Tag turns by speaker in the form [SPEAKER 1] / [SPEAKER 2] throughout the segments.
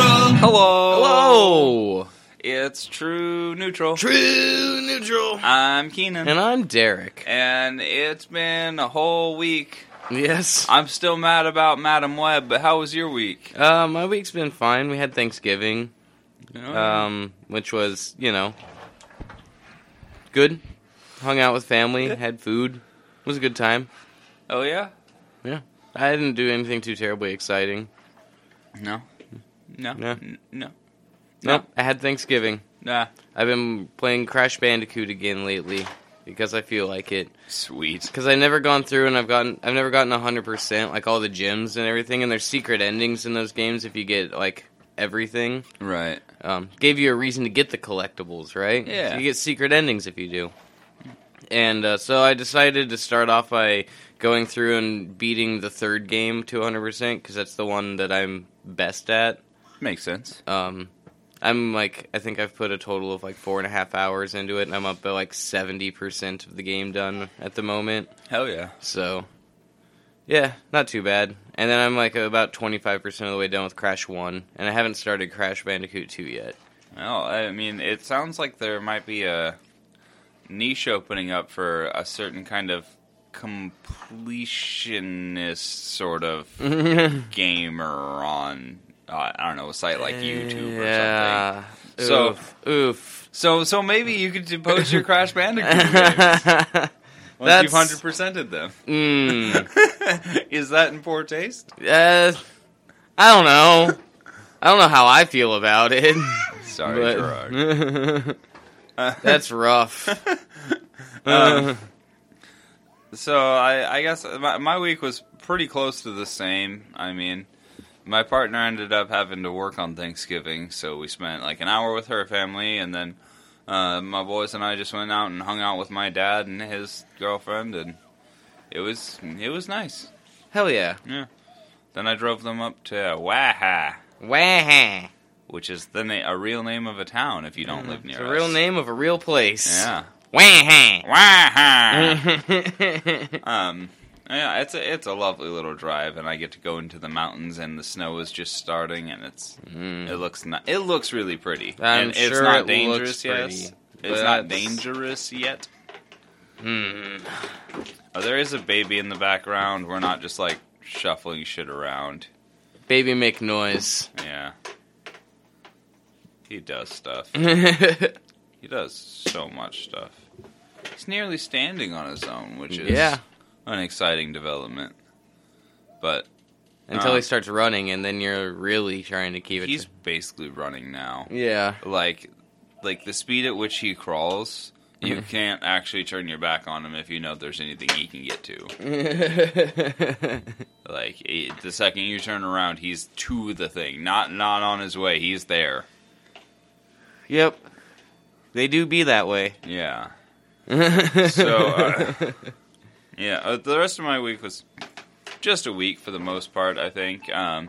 [SPEAKER 1] Hello.
[SPEAKER 2] Hello.
[SPEAKER 1] It's True Neutral.
[SPEAKER 2] True neutral.
[SPEAKER 1] I'm Keenan.
[SPEAKER 2] And I'm Derek.
[SPEAKER 1] And it's been a whole week.
[SPEAKER 2] Yes.
[SPEAKER 1] I'm still mad about Madam Web, but how was your week?
[SPEAKER 2] Uh, my week's been fine. We had Thanksgiving,
[SPEAKER 1] You know?
[SPEAKER 2] um, which was, you know, good. Hung out with family, had food. It was a good time.
[SPEAKER 1] oh, yeah?
[SPEAKER 2] Yeah. I didn't do anything too terribly exciting.
[SPEAKER 1] No. No.
[SPEAKER 2] No.
[SPEAKER 1] N- No.
[SPEAKER 2] Nope. I had Thanksgiving.
[SPEAKER 1] Nah.
[SPEAKER 2] I've been playing Crash Bandicoot again lately because I feel like it.
[SPEAKER 1] Sweet.
[SPEAKER 2] because I've never gone through and I've gotten I've never gotten hundred percent like all the gems and everything, and there's secret endings in those games if you get like everything.
[SPEAKER 1] Right.
[SPEAKER 2] Um, gave you a reason to get the collectibles, right?
[SPEAKER 1] Yeah.
[SPEAKER 2] you get secret endings if you do. And uh, so I decided to start off by going through and beating the third game to 100% because that's the one that I'm best at.
[SPEAKER 1] Makes sense.
[SPEAKER 2] Um, I'm like, I think I've put a total of like four and a half hours into it, and I'm up at like 70% of the game done at the moment.
[SPEAKER 1] Hell yeah.
[SPEAKER 2] So, yeah, not too bad. And then I'm like about 25% of the way done with Crash 1, and I haven't started Crash Bandicoot 2 yet.
[SPEAKER 1] Well, I mean, it sounds like there might be a niche opening up for a certain kind of completionist sort of gamer on uh, I don't know a site like YouTube or something.
[SPEAKER 2] Eh, yeah.
[SPEAKER 1] So-
[SPEAKER 2] Oof. Oof.
[SPEAKER 1] So so maybe you could post your Crash Bandicoot games once you've
[SPEAKER 2] That's-
[SPEAKER 1] hundred percented them.
[SPEAKER 2] Mm.
[SPEAKER 1] Is that in poor taste?
[SPEAKER 2] Uh, I don't know. I don't know how I feel about it.
[SPEAKER 1] Sorry, Gerard.
[SPEAKER 2] but That's rough. Uh,
[SPEAKER 1] Um, so I, I guess my, my week was pretty close to the same. I mean, my partner ended up having to work on Thanksgiving, so we spent like an hour with her family, and then uh, my boys and I just went out and hung out with my dad and his girlfriend, and it was it was nice.
[SPEAKER 2] Hell yeah.
[SPEAKER 1] Yeah. Then I drove them up to Waha,
[SPEAKER 2] Wah.
[SPEAKER 1] which is the na- a real name of a town if you don't live near
[SPEAKER 2] Mm-hmm. It's
[SPEAKER 1] us.
[SPEAKER 2] a real name of a real place.
[SPEAKER 1] Yeah.
[SPEAKER 2] Wah.
[SPEAKER 1] Waha. Um, yeah, it's a it's a lovely little drive, and I get to go into the mountains, and the snow is just starting, and it's it looks not it looks really pretty.
[SPEAKER 2] Mm-hmm. I'm
[SPEAKER 1] and it's
[SPEAKER 2] sure
[SPEAKER 1] not
[SPEAKER 2] it
[SPEAKER 1] dangerous
[SPEAKER 2] looks
[SPEAKER 1] yet.
[SPEAKER 2] pretty,
[SPEAKER 1] It's
[SPEAKER 2] but-
[SPEAKER 1] not dangerous yet.
[SPEAKER 2] Mm-hmm.
[SPEAKER 1] Oh, there is a baby in the background. We're not just like shuffling shit around.
[SPEAKER 2] Baby make noise.
[SPEAKER 1] Yeah, he does stuff.
[SPEAKER 2] yeah.
[SPEAKER 1] He does so much stuff. He's nearly standing on his own, which is an exciting development. But
[SPEAKER 2] Until
[SPEAKER 1] Uh,
[SPEAKER 2] he starts running, and then you're really trying to keep it.
[SPEAKER 1] he's
[SPEAKER 2] to-
[SPEAKER 1] basically running now.
[SPEAKER 2] yeah.
[SPEAKER 1] Like, like the speed at which he crawls, you can't actually turn your back on him if you know there's anything he can get to. Like it, the second you turn around, he's to the thing, not not on his way. He's there.
[SPEAKER 2] yep. They do be that way.
[SPEAKER 1] Yeah. So uh, yeah, uh, the rest of my week was just a week for the most part. I think. Um,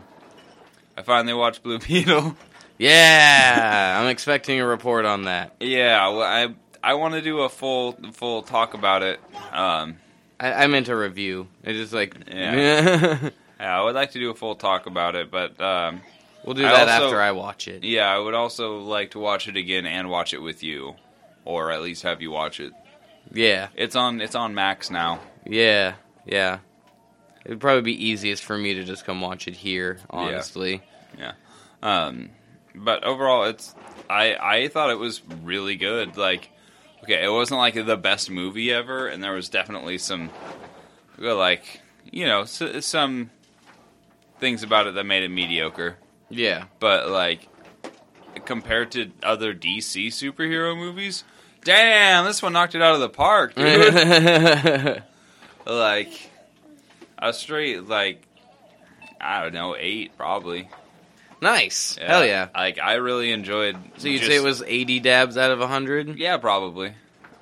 [SPEAKER 1] I finally watched Blue Beetle.
[SPEAKER 2] yeah, I'm expecting a report on that.
[SPEAKER 1] yeah, well, I I want to do a full full talk about it. Um,
[SPEAKER 2] I, I meant a review. It's just like
[SPEAKER 1] Yeah, I would like to do a full talk about it, but um,
[SPEAKER 2] we'll do
[SPEAKER 1] I
[SPEAKER 2] that
[SPEAKER 1] also-
[SPEAKER 2] after I watch it.
[SPEAKER 1] yeah, I would also like to watch it again and watch it with you, or at least have you watch it.
[SPEAKER 2] Yeah,
[SPEAKER 1] It's on it's on Max now.
[SPEAKER 2] yeah, yeah. It'd probably be easiest for me to just come watch it here, honestly.
[SPEAKER 1] Yeah, um, but overall, it's I I thought it was really good. Like, okay, it wasn't like the best movie ever, and there was definitely some well, like you know s- some things about it that made it mediocre.
[SPEAKER 2] Yeah,
[SPEAKER 1] but like compared to other DC superhero movies, damn, this one knocked it out of the park. Dude.
[SPEAKER 2] Mm-hmm.
[SPEAKER 1] like a straight like I don't know, 8 probably.
[SPEAKER 2] nice. Hell yeah.
[SPEAKER 1] Like I really enjoyed
[SPEAKER 2] So you'd
[SPEAKER 1] just-
[SPEAKER 2] say it was 80 dabs out of 100?
[SPEAKER 1] Yeah, probably.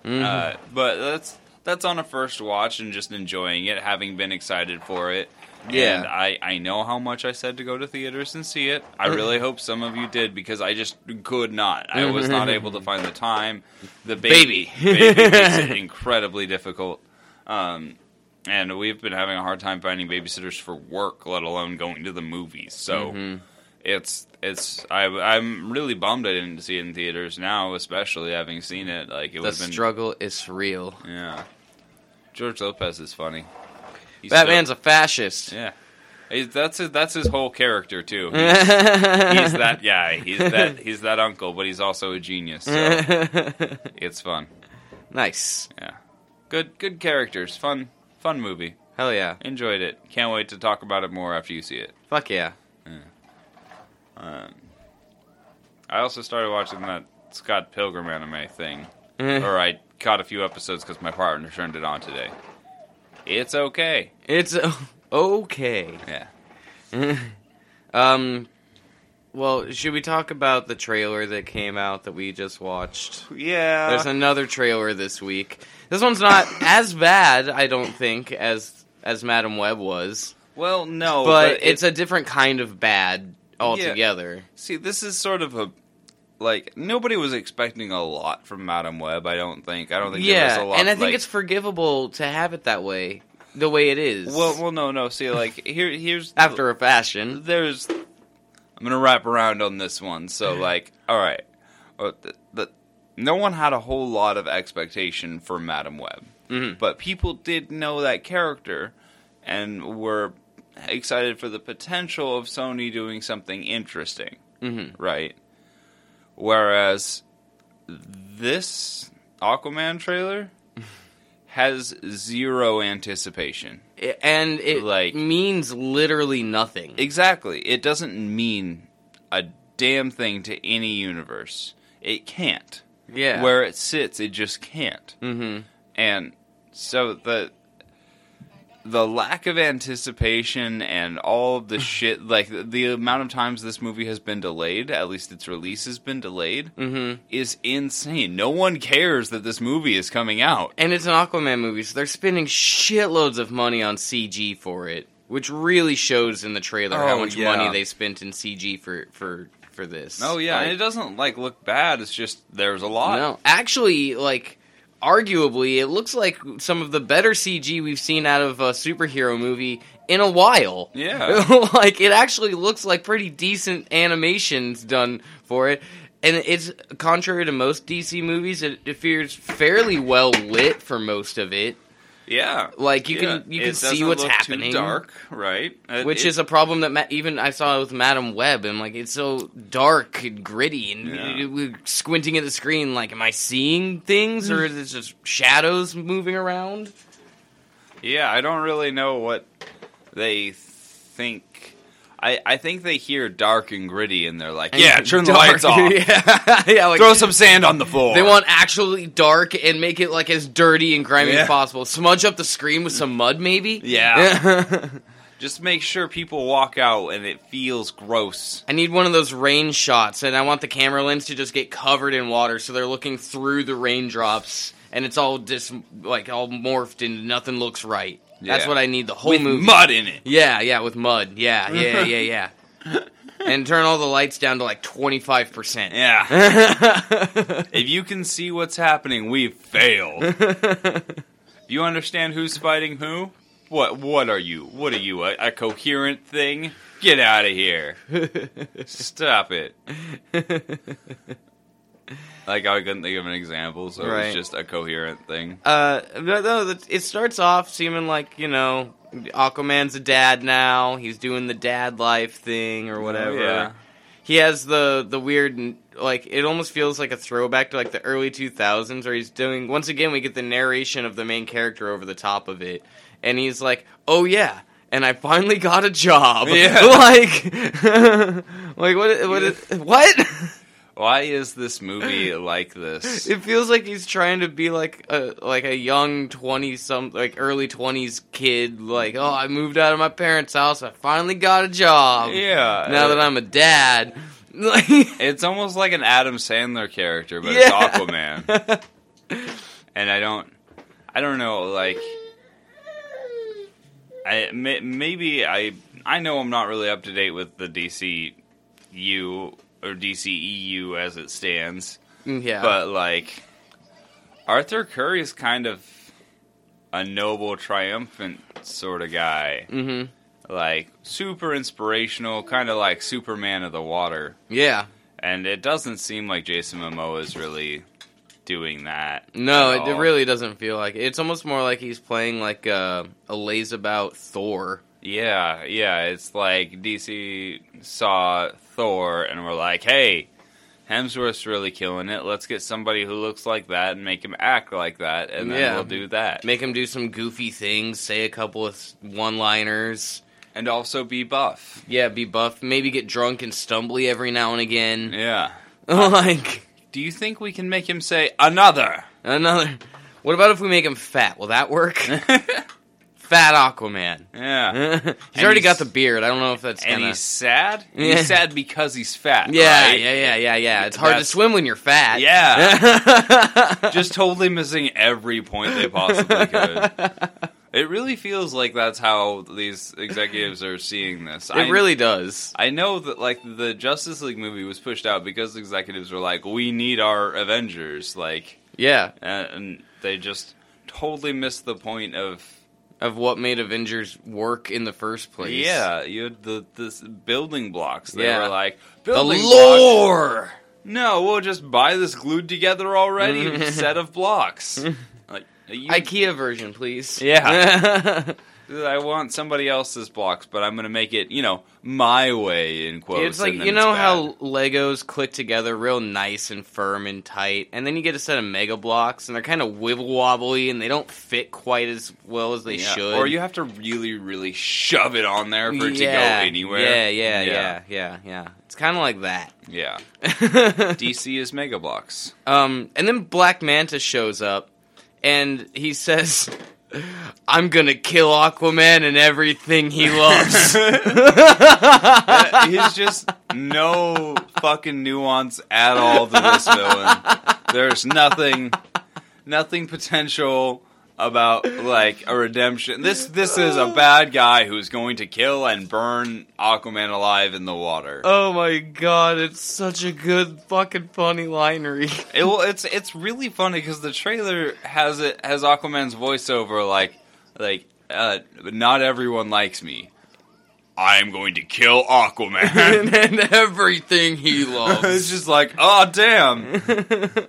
[SPEAKER 2] Mm-hmm.
[SPEAKER 1] Uh, but that's that's on a first watch and just enjoying it, having been excited for it.
[SPEAKER 2] Yeah.
[SPEAKER 1] And I, I know how much I said to go to theaters and see it.
[SPEAKER 2] Mm-hmm.
[SPEAKER 1] I really hope some of you did because I just could not. I was not able to find the time. The baby,
[SPEAKER 2] Mm-hmm. Baby.
[SPEAKER 1] baby makes it incredibly difficult. Um,
[SPEAKER 2] Mm-hmm.
[SPEAKER 1] and we've been having a hard time finding babysitters for work, let alone going to the movies. So it's it's I, I'm really bummed I didn't see it in theaters now, especially having seen it. Like it
[SPEAKER 2] The
[SPEAKER 1] was been
[SPEAKER 2] struggle is real.
[SPEAKER 1] yeah. George Lopez is funny. He's
[SPEAKER 2] Batman's a fascist.
[SPEAKER 1] so- yeah. He- That's his, that's his whole character too. He's, he's
[SPEAKER 2] he's
[SPEAKER 1] that guy. He's that he's that uncle, but he's also a genius. So it's fun.
[SPEAKER 2] nice.
[SPEAKER 1] Yeah. Good good characters. Fun fun movie.
[SPEAKER 2] Hell yeah.
[SPEAKER 1] Enjoyed it. Can't wait to talk about it more after you see it.
[SPEAKER 2] Fuck yeah.
[SPEAKER 1] Um, I also started watching that Scott Pilgrim anime thing,
[SPEAKER 2] Eh.
[SPEAKER 1] or I caught a few episodes because my partner turned it on today. It's okay.
[SPEAKER 2] It's o- okay.
[SPEAKER 1] Yeah.
[SPEAKER 2] Um, well, should we talk about the trailer that came out that we just watched?
[SPEAKER 1] Yeah.
[SPEAKER 2] There's another trailer this week. This one's not as bad, I don't think, as as Madam Web was,
[SPEAKER 1] well, no,
[SPEAKER 2] but,
[SPEAKER 1] Oh, but,
[SPEAKER 2] it's
[SPEAKER 1] it-
[SPEAKER 2] a different kind of bad altogether.
[SPEAKER 1] see. This is sort of a like nobody was expecting a lot from Madam Web. I don't think. I don't think. there was
[SPEAKER 2] Yeah,
[SPEAKER 1] a lot,
[SPEAKER 2] and I think
[SPEAKER 1] like-
[SPEAKER 2] it's forgivable to have it that way, the way it is.
[SPEAKER 1] well, well, no, no. See, like here, here's
[SPEAKER 2] after a fashion.
[SPEAKER 1] there's I'm gonna wrap around on this one. So like, all right, Uh, th the, no one had a whole lot of expectation for Madam Web,
[SPEAKER 2] Mhm.
[SPEAKER 1] but people did know that character and were excited for the potential of Sony doing something interesting,
[SPEAKER 2] Mhm.
[SPEAKER 1] right? Whereas this Aquaman trailer has zero anticipation.
[SPEAKER 2] I- And it
[SPEAKER 1] Like-
[SPEAKER 2] means literally nothing.
[SPEAKER 1] Exactly. It doesn't mean a damn thing to any universe. It can't.
[SPEAKER 2] yeah.
[SPEAKER 1] Where it sits, it just can't.
[SPEAKER 2] hmm
[SPEAKER 1] And so the the lack of anticipation and all of the shit like the, the amount of times this movie has been delayed, at least its release has been delayed,
[SPEAKER 2] hmm
[SPEAKER 1] is insane. No one cares that this movie is coming out.
[SPEAKER 2] And it's an Aquaman movie, so they're spending shitloads of money on CG for it, which really shows in the trailer how
[SPEAKER 1] Oh,
[SPEAKER 2] much
[SPEAKER 1] yeah.
[SPEAKER 2] money they spent in CG for for for this.
[SPEAKER 1] Oh yeah, and it
[SPEAKER 2] Like,
[SPEAKER 1] doesn't like look bad. It's just there's a lot.
[SPEAKER 2] no, Uh, actually, like arguably, it looks like some of the better CG we've seen out of a superhero movie in a while.
[SPEAKER 1] Yeah.
[SPEAKER 2] like it actually looks like pretty decent animations done for it. And it's contrary to most DC movies, it it appears fairly well lit for most of it.
[SPEAKER 1] Yeah.
[SPEAKER 2] Like you
[SPEAKER 1] Yeah,
[SPEAKER 2] can you can
[SPEAKER 1] it
[SPEAKER 2] see
[SPEAKER 1] doesn't
[SPEAKER 2] what's
[SPEAKER 1] look
[SPEAKER 2] happening.
[SPEAKER 1] Too dark, right? It-
[SPEAKER 2] which
[SPEAKER 1] it-
[SPEAKER 2] is a problem that ma- even I saw with Madam Web. I'm like, it's so dark and gritty, and
[SPEAKER 1] Yeah.
[SPEAKER 2] you- you- squinting at the screen. Like, am I seeing things, or is it just shadows moving around?
[SPEAKER 1] yeah. I don't really know what they think. I I think they hear dark and gritty, and they're like, "Yeah, turn the
[SPEAKER 2] Dark.
[SPEAKER 1] lights off.
[SPEAKER 2] yeah, yeah. Like,
[SPEAKER 1] Throw some sand on the floor."
[SPEAKER 2] they want actually dark and make it like as dirty and grimy
[SPEAKER 1] Yeah.
[SPEAKER 2] as possible. Smudge up the screen with some mud, maybe.
[SPEAKER 1] Yeah. Just make sure people walk out and it feels gross.
[SPEAKER 2] I need one of those rain shots, and I want the camera lens to just get covered in water, so they're looking through the raindrops, and it's all just like all morphed, and nothing looks right. That's
[SPEAKER 1] Yeah.
[SPEAKER 2] what I need the whole
[SPEAKER 1] with
[SPEAKER 2] movie.
[SPEAKER 1] mud in it.
[SPEAKER 2] Yeah, yeah, with mud. Yeah, yeah, yeah, yeah. and turn all the lights down to like twenty five percent.
[SPEAKER 1] Yeah.
[SPEAKER 2] Yeah,
[SPEAKER 1] if you can see what's happening, we've failed. If you understand who's fighting who, what what are you? What are you? A, a coherent thing? Get out of here. Stop it. Like I couldn't think of an example, so it
[SPEAKER 2] Right.
[SPEAKER 1] was just a coherent thing.
[SPEAKER 2] uh, no, no, that- it starts off seeming like you know Aquaman's a dad now. He's doing the dad life thing or whatever.
[SPEAKER 1] Oh, yeah.
[SPEAKER 2] he has the the weird like it almost feels like a throwback to like the early 2000s where he's doing once again we get the narration of the main character over the top of it and he's like oh yeah and I finally got a job.
[SPEAKER 1] Yeah.
[SPEAKER 2] Like, like what? What? Is, what?
[SPEAKER 1] Why is this movie like this?
[SPEAKER 2] It feels like he's trying to be like a like a young twenty some like early twenties kid. Like, oh, I moved out of my parents' house. I finally got a job.
[SPEAKER 1] yeah.
[SPEAKER 2] um, Now that I'm a dad, like,
[SPEAKER 1] It's almost like an Adam Sandler character, but it's
[SPEAKER 2] Yeah.
[SPEAKER 1] Aquaman. and I don't, I don't know. Like, I may, maybe I I know I'm not really up to date with the DCU or DCEU as it stands,
[SPEAKER 2] yeah.
[SPEAKER 1] but like Arthur Curry is kind of a noble, triumphant sort of guy.
[SPEAKER 2] Mm-hmm.
[SPEAKER 1] like super inspirational, kind of like Superman of the water.
[SPEAKER 2] Yeah.
[SPEAKER 1] And it doesn't seem like Jason Momoa is really doing that.
[SPEAKER 2] No,
[SPEAKER 1] at
[SPEAKER 2] it, it
[SPEAKER 1] all.
[SPEAKER 2] really doesn't feel like it. It's almost more like he's playing like a, a lays about Thor.
[SPEAKER 1] Yeah, yeah. It's like DC saw Thor and we're like, hey, Hemsworth's really killing it. Let's get somebody who looks like that and make him act like that, and then
[SPEAKER 2] Yeah.
[SPEAKER 1] we'll do that.
[SPEAKER 2] Make him do some goofy things, say a couple of one liners.
[SPEAKER 1] And also be buff.
[SPEAKER 2] Yeah, be buff. Maybe get drunk and stumbly every now and again.
[SPEAKER 1] Yeah.
[SPEAKER 2] like
[SPEAKER 1] Do you think we can make him say another?
[SPEAKER 2] another. What about if we make him fat? Will that work? fat Aquaman.
[SPEAKER 1] yeah.
[SPEAKER 2] he's
[SPEAKER 1] And
[SPEAKER 2] already
[SPEAKER 1] he's-
[SPEAKER 2] got the beard. I don't know if that's
[SPEAKER 1] And
[SPEAKER 2] gonna.
[SPEAKER 1] he's sad.
[SPEAKER 2] Yeah.
[SPEAKER 1] He's sad because he's fat.
[SPEAKER 2] Yeah,
[SPEAKER 1] right?
[SPEAKER 2] yeah, yeah, yeah, yeah. It's hard to
[SPEAKER 1] That's-
[SPEAKER 2] swim when you're fat.
[SPEAKER 1] Yeah. Just totally missing every point they possibly could. It really feels like that's how these executives are seeing this.
[SPEAKER 2] It really does.
[SPEAKER 1] I know that like the Justice League movie was pushed out because executives were like, "We need our Avengers," like,
[SPEAKER 2] Yeah.
[SPEAKER 1] and, and they just totally missed the point of
[SPEAKER 2] Of what made Avengers work in the first place.
[SPEAKER 1] Yeah, you had the this building blocks. They
[SPEAKER 2] Yeah.
[SPEAKER 1] were like
[SPEAKER 2] The
[SPEAKER 1] building blocks-
[SPEAKER 2] lore.
[SPEAKER 1] No, we'll just buy this glued together already set of blocks. Like you, I,
[SPEAKER 2] IKEA version, please.
[SPEAKER 1] Yeah. want somebody else's blocks, but I'm gonna make it you know my way in quotes.
[SPEAKER 2] it's like
[SPEAKER 1] and then
[SPEAKER 2] you know
[SPEAKER 1] it's
[SPEAKER 2] how
[SPEAKER 1] bad.
[SPEAKER 2] Legos click together real nice and firm and tight, and then you get a set of Mega Blocks, and they're kind of wibble wobbly, and they don't fit quite as well as they
[SPEAKER 1] Yeah,
[SPEAKER 2] should.
[SPEAKER 1] or you have to really really shove it on there for it to go
[SPEAKER 2] Yeah,
[SPEAKER 1] anywhere.
[SPEAKER 2] Yeah, yeah, yeah,
[SPEAKER 1] yeah,
[SPEAKER 2] yeah, yeah. It's kind of like that.
[SPEAKER 1] yeah. DC is mega blocks.
[SPEAKER 2] Um, and then Black Manta shows up, and he says, "I'm gonna kill Aquaman and everything he loves."
[SPEAKER 1] He's just no fucking nuance at all to this villain. There's nothing, nothing potential about like a redemption. This this is a bad guy who's going to kill and burn Aquaman alive in the water.
[SPEAKER 2] oh my god, it's such a good fucking funny line read.
[SPEAKER 1] It, well, it's it's really funny because the trailer has it has Aquaman's voiceover like like uh, not everyone likes me. I am going to kill Aquaman.
[SPEAKER 2] and, and everything he
[SPEAKER 1] it's
[SPEAKER 2] loves.
[SPEAKER 1] just like, oh damn.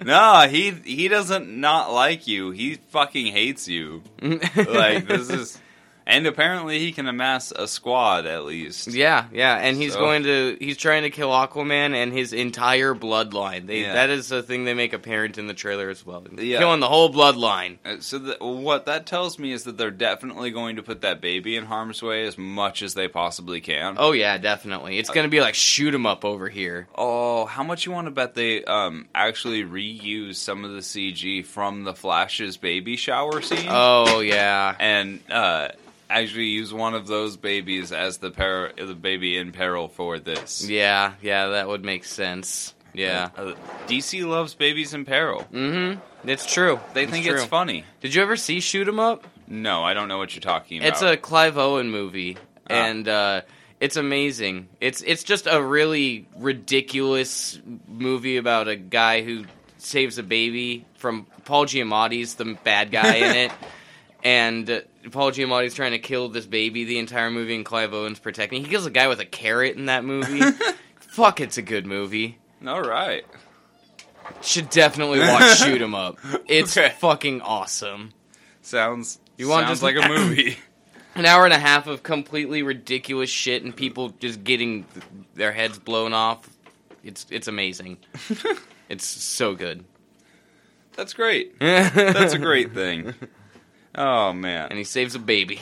[SPEAKER 1] nah, he he doesn't not like you. He fucking hates you. Like this is and apparently he can amass a squad at least.
[SPEAKER 2] Yeah, yeah, and he's
[SPEAKER 1] So-
[SPEAKER 2] going to he's trying to kill Aquaman and his entire bloodline. They
[SPEAKER 1] Yeah.
[SPEAKER 2] that is the thing they make apparent in the trailer as well.
[SPEAKER 1] Yeah.
[SPEAKER 2] Killing the whole bloodline.
[SPEAKER 1] Uh, So that what that tells me is that they're definitely going to put that baby in harm's way as much as they possibly can.
[SPEAKER 2] Oh yeah, definitely.
[SPEAKER 1] Uh,
[SPEAKER 2] It's going to be like shoot 'em up over here.
[SPEAKER 1] Oh, how much you want to bet they um actually reuse some of the CG from the Flash's baby shower scene?
[SPEAKER 2] Oh yeah.
[SPEAKER 1] and uh, actually use one of those babies as the per- the baby in peril for this.
[SPEAKER 2] Yeah, yeah, that would make sense. Yeah.
[SPEAKER 1] Uh, DC loves babies in peril.
[SPEAKER 2] Mhm. It's true.
[SPEAKER 1] They think it's
[SPEAKER 2] true.
[SPEAKER 1] funny.
[SPEAKER 2] Did you ever see Shoot 'em Up?
[SPEAKER 1] No, I don't know what you're talking about.
[SPEAKER 2] It's a Clive Owen movie,
[SPEAKER 1] Ah.
[SPEAKER 2] and uh, it's amazing. It's it's just a really ridiculous movie about a guy who saves a baby from Paul Giamatti's the bad guy in it, and uh, Paul Giamatti's trying to kill this baby the entire movie, and Clive Owen's protecting. He kills a guy with a carrot in that movie. Fuck, it's a good movie.
[SPEAKER 1] all right.
[SPEAKER 2] Should definitely watch Shoot 'Em Up. It's
[SPEAKER 1] Okay.
[SPEAKER 2] fucking awesome.
[SPEAKER 1] Sounds
[SPEAKER 2] You want
[SPEAKER 1] sounds
[SPEAKER 2] just-
[SPEAKER 1] like a movie.
[SPEAKER 2] an hour and a half of completely ridiculous shit and people just getting th- their heads blown off. It's it's amazing. it's so good.
[SPEAKER 1] That's great.
[SPEAKER 2] That's
[SPEAKER 1] That's a great thing. Oh man.
[SPEAKER 2] And he saves a baby.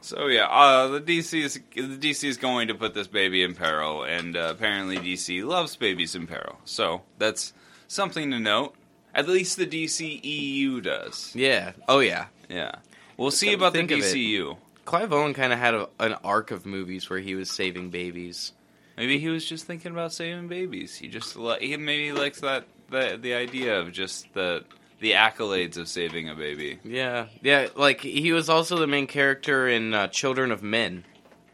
[SPEAKER 1] So yeah, uh, the DC is the DC is going to put this baby in peril, and uh, apparently DC loves babies in peril. So that's something to note. At least the DC EU does.
[SPEAKER 2] Yeah. Oh yeah.
[SPEAKER 1] Yeah, we'll see
[SPEAKER 2] Come to
[SPEAKER 1] about the E
[SPEAKER 2] think of it.
[SPEAKER 1] DCU.
[SPEAKER 2] Clive Owen kind of had a, an arc of movies where he was saving babies.
[SPEAKER 1] Maybe he was just thinking about saving babies. He just li- he maybe likes that the the idea of just the the accolades of saving a baby.
[SPEAKER 2] Yeah. Yeah, like he was also the main character in uh, Children of Men,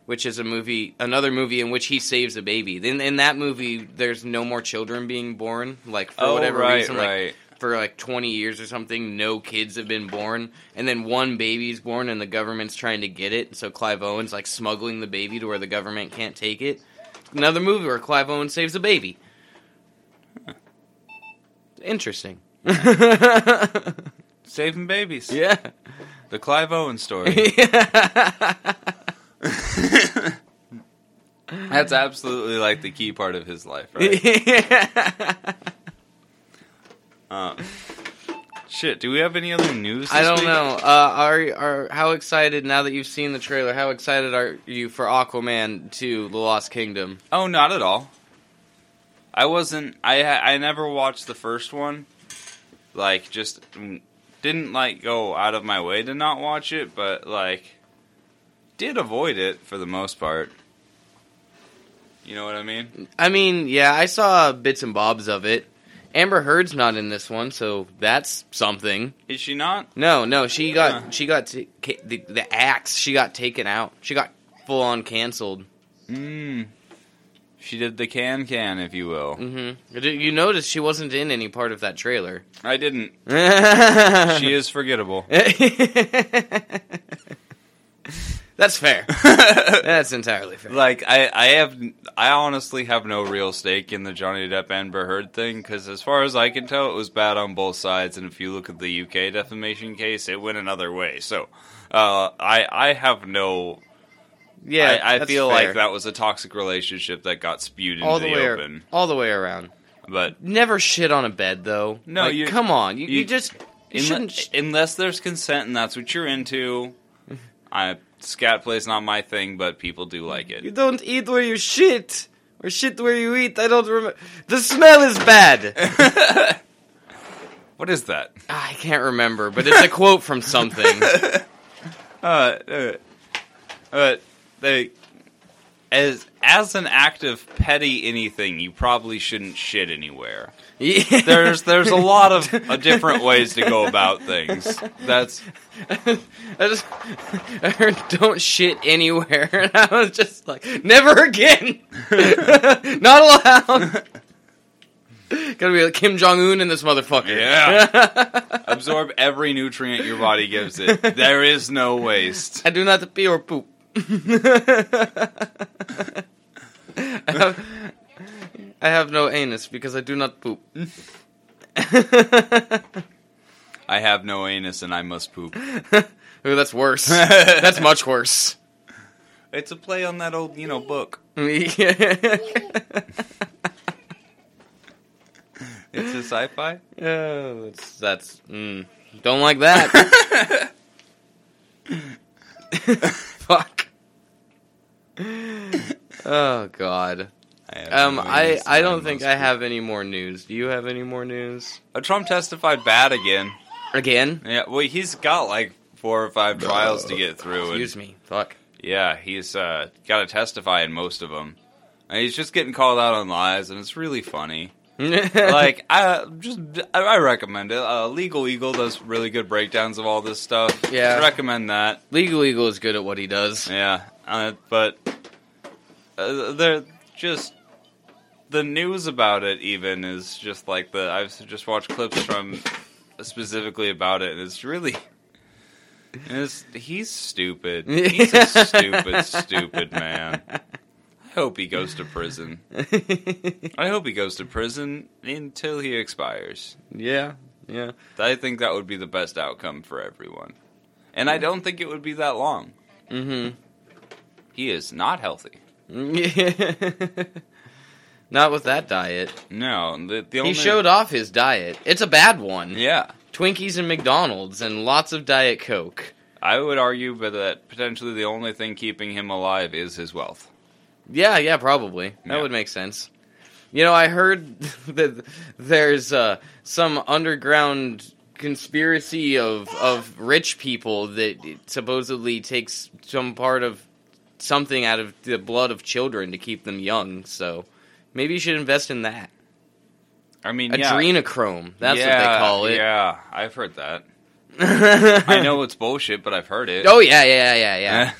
[SPEAKER 2] which is a movie another movie in which he saves a baby. In in that movie there's no more children being born like for
[SPEAKER 1] oh
[SPEAKER 2] whatever
[SPEAKER 1] right,
[SPEAKER 2] reason like
[SPEAKER 1] right.
[SPEAKER 2] for like 20 years or something, no kids have been born, and then one baby's born, and the government's trying to get it. So Clive Owen's like smuggling the baby to where the government can't take it. Another movie where Clive Owen saves a baby. Interesting.
[SPEAKER 1] Saving babies.
[SPEAKER 2] yeah.
[SPEAKER 1] The Clive Owen story.
[SPEAKER 2] yeah.
[SPEAKER 1] That's absolutely like the key part of his life, right? um, shit, do we have any other news?
[SPEAKER 2] I
[SPEAKER 1] this
[SPEAKER 2] don't
[SPEAKER 1] week?
[SPEAKER 2] know. Uh, are are how excited now that you've seen the trailer? How excited are you for Aquaman 2: The Lost Kingdom?
[SPEAKER 1] Oh, not at all. I wasn't. I ha- I never watched the first one. Like, just mm, didn't like go out of my way to not watch it, but like did avoid it for the most part. You know what I mean?
[SPEAKER 2] I mean, yeah, I saw bits and bobs of it. Amber Heard's not in this one, so that's something.
[SPEAKER 1] Is she not?
[SPEAKER 2] No, no, she got
[SPEAKER 1] Huh.
[SPEAKER 2] she got t- ca- the, the axe. She got taken out. She got full on canceled.
[SPEAKER 1] Mm. She did the can can, if you will.
[SPEAKER 2] Mm-hmm. You noticed she wasn't in any part of that trailer.
[SPEAKER 1] I didn't. She
[SPEAKER 2] she
[SPEAKER 1] is forgettable.
[SPEAKER 2] That's fair. That's entirely fair.
[SPEAKER 1] like I, I have, I honestly have no real stake in the Johnny Depp Amber Heard thing because, as far as I can tell, it was bad on both sides. And if you look at the UK defamation case, it went another way. So, uh, I, I have no.
[SPEAKER 2] Yeah,
[SPEAKER 1] I, I
[SPEAKER 2] that's
[SPEAKER 1] feel
[SPEAKER 2] fair.
[SPEAKER 1] like that was a toxic relationship that got spewed
[SPEAKER 2] all
[SPEAKER 1] into
[SPEAKER 2] the,
[SPEAKER 1] the,
[SPEAKER 2] way ar-
[SPEAKER 1] open.
[SPEAKER 2] all the way around.
[SPEAKER 1] But
[SPEAKER 2] Never shit on a bed though.
[SPEAKER 1] No,
[SPEAKER 2] Like,
[SPEAKER 1] you-
[SPEAKER 2] come on. You, you,
[SPEAKER 1] you-
[SPEAKER 2] just you
[SPEAKER 1] Unle-
[SPEAKER 2] shouldn't. sh-
[SPEAKER 1] unless there's consent and that's what you're into, I scat play's not my thing, but people do like
[SPEAKER 2] you
[SPEAKER 1] it.
[SPEAKER 2] don't eat where you shit or shit where you eat. I don't remember. The smell is bad.
[SPEAKER 1] what is that?
[SPEAKER 2] Ah, I can't remember, but it's a quote from something.
[SPEAKER 1] uh, uh, uh, they, as as an act of petty anything, you probably shouldn't shit anywhere.
[SPEAKER 2] Yeah.
[SPEAKER 1] There's there's a lot of uh, different ways to go about things. That's
[SPEAKER 2] I just I heard don't shit anywhere, and I was just like, never again, not allowed. Gotta be like Kim Jong Un in this motherfucker.
[SPEAKER 1] Yeah. absorb every nutrient your body gives it. There is no waste.
[SPEAKER 2] I do not pee or poop. I, have, I have no anus because I do not poop.
[SPEAKER 1] I have no anus and I must poop.
[SPEAKER 2] Ooh, that's worse. that's much worse.
[SPEAKER 1] It's a play on that old you know book.
[SPEAKER 2] Oh,
[SPEAKER 1] It's a sci-fi.
[SPEAKER 2] Oh, that's that's mm, don't like that. Fuck. Oh God.
[SPEAKER 1] I have
[SPEAKER 2] Um,
[SPEAKER 1] no
[SPEAKER 2] I
[SPEAKER 1] anus
[SPEAKER 2] I
[SPEAKER 1] and
[SPEAKER 2] don't think
[SPEAKER 1] must
[SPEAKER 2] I
[SPEAKER 1] poop.
[SPEAKER 2] have any more news. Do you have any more news?
[SPEAKER 1] Uh, Trump testified bad again.
[SPEAKER 2] Again?
[SPEAKER 1] Yeah, well, he's got like four or five trials to get through, and
[SPEAKER 2] Excuse me. Fuck.
[SPEAKER 1] yeah, he's uh, got to testify in most of them. And he's just getting called out on lies, and it's really funny.
[SPEAKER 2] like
[SPEAKER 1] like, I just I- I recommend it. Uh, Legal Eagle does really good breakdowns of all this stuff.
[SPEAKER 2] Yeah.
[SPEAKER 1] recommend that.
[SPEAKER 2] Legal Eagle is good at what he does.
[SPEAKER 1] Yeah, uh, but uh, they're just the news about it. Even is just like the I've just watched clips from specifically about it, and it's really. and It's, he's stupid. He's a stupid, stupid man. I hope he goes to prison. I hope he goes to prison until he expires.
[SPEAKER 2] yeah. Yeah.
[SPEAKER 1] I think that would be the best outcome for everyone. And I don't think it would be that long.
[SPEAKER 2] Mm-hmm.
[SPEAKER 1] He is not healthy.
[SPEAKER 2] Not with that diet.
[SPEAKER 1] No, the, the only
[SPEAKER 2] He showed off his diet. It's a bad one.
[SPEAKER 1] Yeah,
[SPEAKER 2] Twinkies and McDonald's and lots of Diet Coke.
[SPEAKER 1] I would argue, but that potentially the only thing keeping him alive is his wealth.
[SPEAKER 2] Yeah, yeah, probably. That
[SPEAKER 1] Yeah.
[SPEAKER 2] would make sense. You know, I heard that there's uh, some underground conspiracy of of rich people that supposedly takes some part of something out of the blood of children to keep them young. So maybe you should invest in that.
[SPEAKER 1] I mean, yeah,
[SPEAKER 2] Adrenochrome. That's what
[SPEAKER 1] Yeah,
[SPEAKER 2] they call it.
[SPEAKER 1] Yeah, I've heard that. I know it's bullshit, but I've heard it.
[SPEAKER 2] Oh yeah, yeah, yeah, yeah.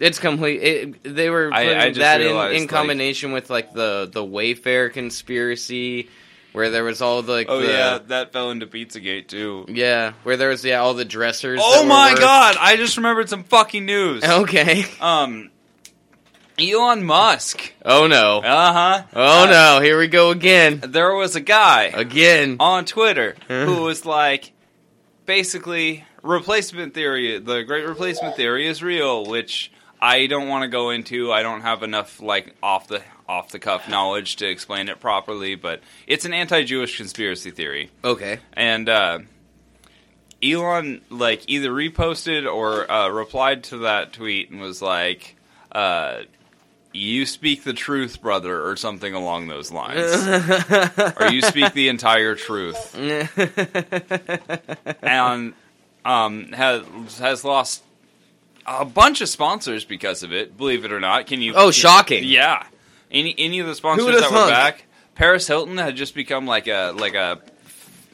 [SPEAKER 2] It's complete. It, they were
[SPEAKER 1] I-
[SPEAKER 2] putting
[SPEAKER 1] I just
[SPEAKER 2] that in,
[SPEAKER 1] realized,
[SPEAKER 2] in
[SPEAKER 1] like-
[SPEAKER 2] combination with like the the Wayfair conspiracy where there was all the like,
[SPEAKER 1] Oh
[SPEAKER 2] the-
[SPEAKER 1] yeah, that fell into Pizzagate too.
[SPEAKER 2] yeah, where there was yeah all the dressers. that
[SPEAKER 1] Oh
[SPEAKER 2] were
[SPEAKER 1] my
[SPEAKER 2] worth-
[SPEAKER 1] god, I just remembered some fucking news.
[SPEAKER 2] Okay.
[SPEAKER 1] Um, Elon Musk.
[SPEAKER 2] Oh no.
[SPEAKER 1] Uh-huh.
[SPEAKER 2] Oh
[SPEAKER 1] Uh,
[SPEAKER 2] no. Here we go again.
[SPEAKER 1] There was a guy
[SPEAKER 2] Again.
[SPEAKER 1] on Twitter
[SPEAKER 2] Huh?
[SPEAKER 1] who was like, basically, replacement theory, the great replacement theory is real, which I don't want to go into. I don't have enough like off the off the cuff knowledge to explain it properly, but it's an anti-Jewish conspiracy theory.
[SPEAKER 2] Okay.
[SPEAKER 1] And uh, Elon like either reposted or uh, replied to that tweet and was like, uh, "You speak the truth, brother," or something along those lines, or "You speak the entire truth." And um, has has lost a bunch of sponsors because of it. Believe it or not, can you?
[SPEAKER 2] Oh, shocking.
[SPEAKER 1] Yeah, any any of the sponsors
[SPEAKER 2] would've
[SPEAKER 1] that
[SPEAKER 2] thunk?
[SPEAKER 1] were back, Paris Hilton had just become like a like a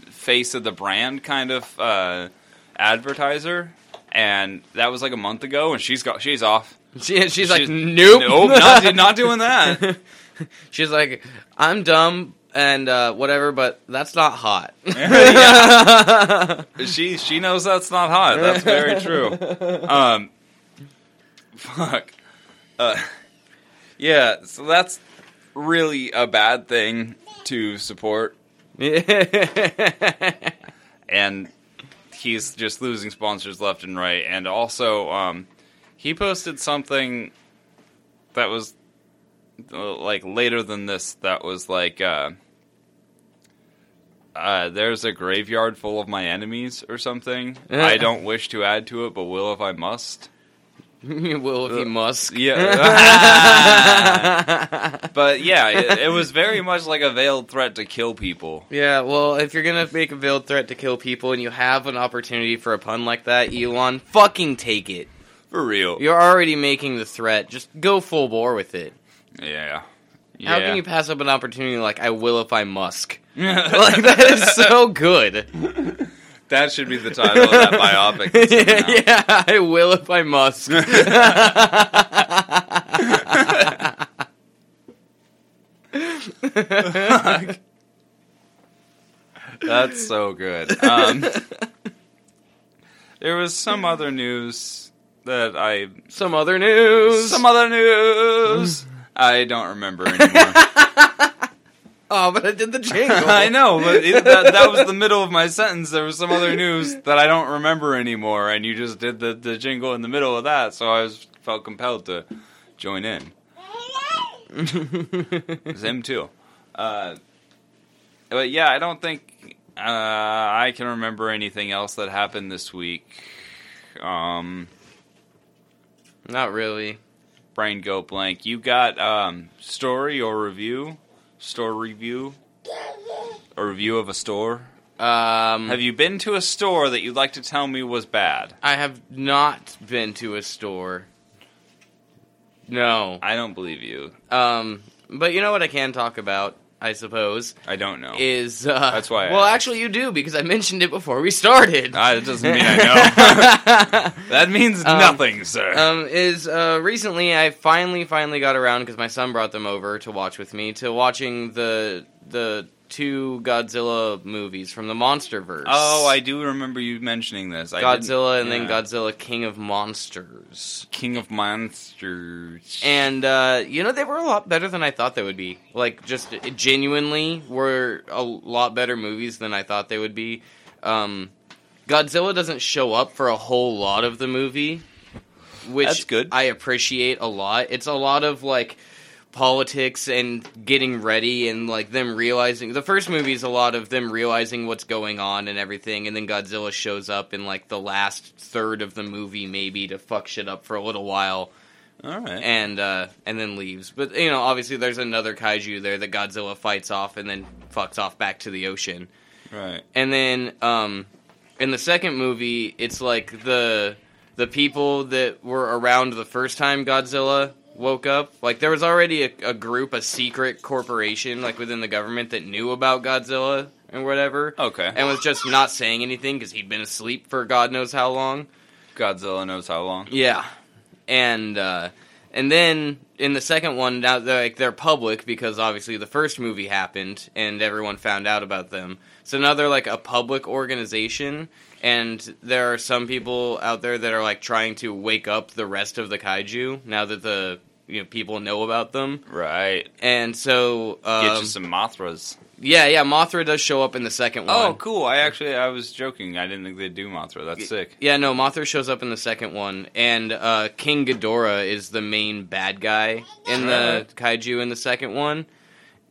[SPEAKER 1] face of the brand kind of uh, advertiser, and that was like a month ago, and she's got she's off.
[SPEAKER 2] She, she's, like,
[SPEAKER 1] She's-
[SPEAKER 2] nope.
[SPEAKER 1] nope, not, not doing that.
[SPEAKER 2] she's like, I'm dumb and uh, whatever, but that's not hot.
[SPEAKER 1] She she knows that's not hot. That's very true. Um, fuck. Uh, yeah, so that's really a bad thing to support, and he's just losing sponsors left and right. And also, um, he posted something that was uh, like later than this. That was like. Uh, uh, there's a graveyard full of my enemies or something. I don't wish to add to it, but will if I must.
[SPEAKER 2] Will if he must.
[SPEAKER 1] Uh, Yeah. but yeah, it, it was very much like a veiled threat to kill people.
[SPEAKER 2] Yeah, well, if you're gonna make a veiled threat to kill people and you have an opportunity for a pun like that, Elon, fucking take it.
[SPEAKER 1] For real.
[SPEAKER 2] You're already making the threat. Just go full bore with it.
[SPEAKER 1] Yeah. Yeah.
[SPEAKER 2] How can you pass up an opportunity like I will if I must? Like that is so good.
[SPEAKER 1] that should be the title of that biopic. that's coming out.
[SPEAKER 2] yeah, I will if I must.
[SPEAKER 1] That's so good. Um, there was some other news that I
[SPEAKER 2] Some other news.
[SPEAKER 1] some other news. I don't remember anymore.
[SPEAKER 2] oh, but I did the jingle.
[SPEAKER 1] I know, but it, that, that was the middle of my sentence. There was some other news that I don't remember anymore, and you just did the, the jingle in the middle of that, so I was felt compelled to join in. It was him too. Uh, but yeah, I don't think uh, I can remember anything else that happened this week. Um,
[SPEAKER 2] Not really.
[SPEAKER 1] brain go blank. You got um, story or review? Store review? A review of a store?
[SPEAKER 2] Um,
[SPEAKER 1] Have you been to a store that you'd like to tell me was bad?
[SPEAKER 2] I have not been to a store. No.
[SPEAKER 1] I don't believe you.
[SPEAKER 2] Um, but you know what I can talk about, I suppose,
[SPEAKER 1] I don't know.
[SPEAKER 2] is uh,
[SPEAKER 1] That's why I
[SPEAKER 2] Well,
[SPEAKER 1] asked.
[SPEAKER 2] actually, you do because I mentioned it before we started.
[SPEAKER 1] Ah, that doesn't mean I know. that means
[SPEAKER 2] Um,
[SPEAKER 1] nothing, sir.
[SPEAKER 2] um, is uh, recently I finally finally got around because my son brought them over to watch with me to watching the the two Godzilla movies from the MonsterVerse.
[SPEAKER 1] oh, I do remember you mentioning this. I didn't-
[SPEAKER 2] Godzilla and then
[SPEAKER 1] yeah.
[SPEAKER 2] Godzilla King of Monsters.
[SPEAKER 1] King of Monsters.
[SPEAKER 2] And uh, you know they were a lot better than I thought they would be. Like just genuinely were a lot better movies than I thought they would be. Um, Godzilla doesn't show up for a whole lot of the movie, which
[SPEAKER 1] That's good.
[SPEAKER 2] I appreciate a lot. It's a lot of like politics and getting ready and like them realizing the first movie is a lot of them realizing what's going on and everything and then Godzilla shows up in like the last third of the movie maybe to fuck shit up for a little while
[SPEAKER 1] All right.
[SPEAKER 2] and uh, and then leaves. But you know, obviously, there's another kaiju there that Godzilla fights off and then fucks off back to the ocean.
[SPEAKER 1] right.
[SPEAKER 2] And then um, in the second movie, it's like the the people that were around the first time Godzilla woke up. Like there was already a, a group, a secret corporation, like within the government that knew about Godzilla and whatever.
[SPEAKER 1] Okay.
[SPEAKER 2] And was just not saying anything because he'd been asleep for God knows how long.
[SPEAKER 1] Godzilla knows how long.
[SPEAKER 2] Yeah, and uh, And then in the second one, now they're, like they're public because obviously the first movie happened and everyone found out about them. So now they're like a public organization, and there are some people out there that are like trying to wake up the rest of the kaiju now that the you know people know about them.
[SPEAKER 1] Right.
[SPEAKER 2] And so um,
[SPEAKER 1] Get you some Mothras.
[SPEAKER 2] yeah, yeah, Mothra does show up in the second one.
[SPEAKER 1] Oh, cool. I actually, I was joking. I didn't think they'd do Mothra. That's sick.
[SPEAKER 2] Yeah, no, Mothra shows up in the second one, and uh, King Ghidorah is the main bad guy in the kaiju in the second one,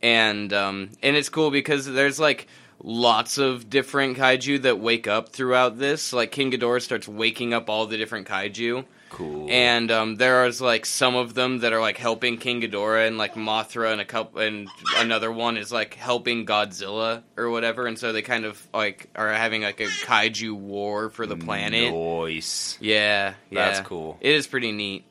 [SPEAKER 2] and um, and it's cool because there's like lots of different kaiju that wake up throughout this. Like King Ghidorah starts waking up all the different kaiju,
[SPEAKER 1] Cool.
[SPEAKER 2] and um, there is like some of them that are like helping King Ghidorah, and like Mothra, and a couple, and another one is like helping Godzilla or whatever, and so they kind of like are having like a kaiju war for the planet.
[SPEAKER 1] Nice.
[SPEAKER 2] Yeah, yeah,
[SPEAKER 1] That's cool.
[SPEAKER 2] It is pretty neat.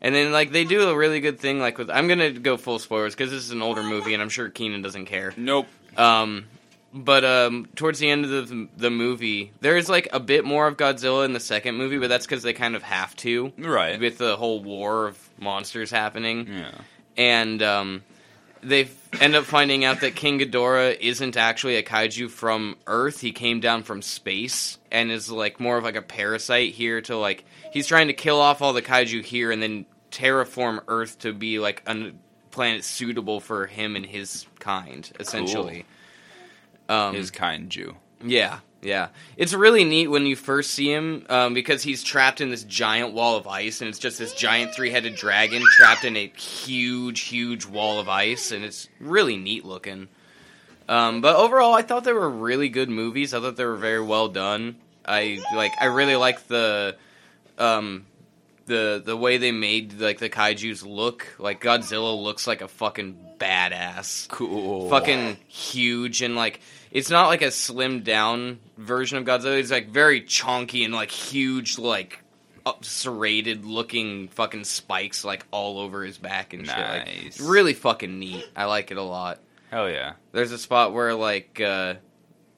[SPEAKER 2] And then like they do a really good thing. Like with I'm gonna go full spoilers because this is an older movie, and I'm sure Keenan doesn't care.
[SPEAKER 1] Nope.
[SPEAKER 2] Um, but um, towards the end of the, the movie, there is like a bit more of Godzilla in the second movie, but that's because they kind of have to
[SPEAKER 1] Right.
[SPEAKER 2] with the whole war of monsters happening
[SPEAKER 1] yeah.
[SPEAKER 2] and um, they f- end up finding out that King Ghidorah isn't actually a kaiju from Earth. He came down from space and is like more of like a parasite here to like he's trying to kill off all the kaiju here and then terraform Earth to be like a planet suitable for him and his kind, essentially. Um,
[SPEAKER 1] His kind Jew.
[SPEAKER 2] yeah, yeah. It's really neat when you first see him um, because he's trapped in this giant wall of ice, and it's just this giant three headed dragon trapped in a huge, huge wall of ice, and it's really neat looking. Um, but overall, I thought they were really good movies. I thought they were very well done. I like. I really like the. Um, the, the way they made like the kaiju's look like Godzilla looks like a fucking badass
[SPEAKER 1] Cool.
[SPEAKER 2] fucking huge and like it's not like a slimmed down version of Godzilla. It's like very chonky and like huge, like up serrated looking fucking spikes like all over his back and shit. Like,
[SPEAKER 1] Nice.
[SPEAKER 2] it's really fucking neat. I like it a lot.
[SPEAKER 1] Hell yeah.
[SPEAKER 2] There's a spot where like uh,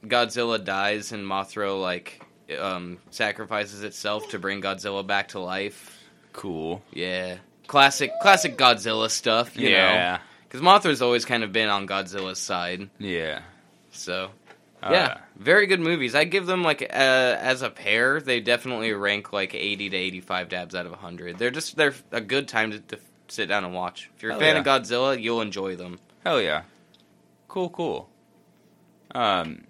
[SPEAKER 2] Godzilla dies and Mothra like um, sacrifices itself to bring Godzilla back to life.
[SPEAKER 1] Cool.
[SPEAKER 2] Yeah, classic classic Godzilla stuff. You
[SPEAKER 1] yeah.
[SPEAKER 2] because Mothra's always kind of been on Godzilla's side.
[SPEAKER 1] Yeah.
[SPEAKER 2] So
[SPEAKER 1] Uh,
[SPEAKER 2] yeah, very good movies. I give them like uh, as a pair, they definitely rank like eighty to eighty-five dabs out of hundred. They're just they're a good time to, to sit down and watch. If you're a
[SPEAKER 1] Hell
[SPEAKER 2] fan of Godzilla, you'll enjoy them.
[SPEAKER 1] Hell yeah. Cool, cool. Um.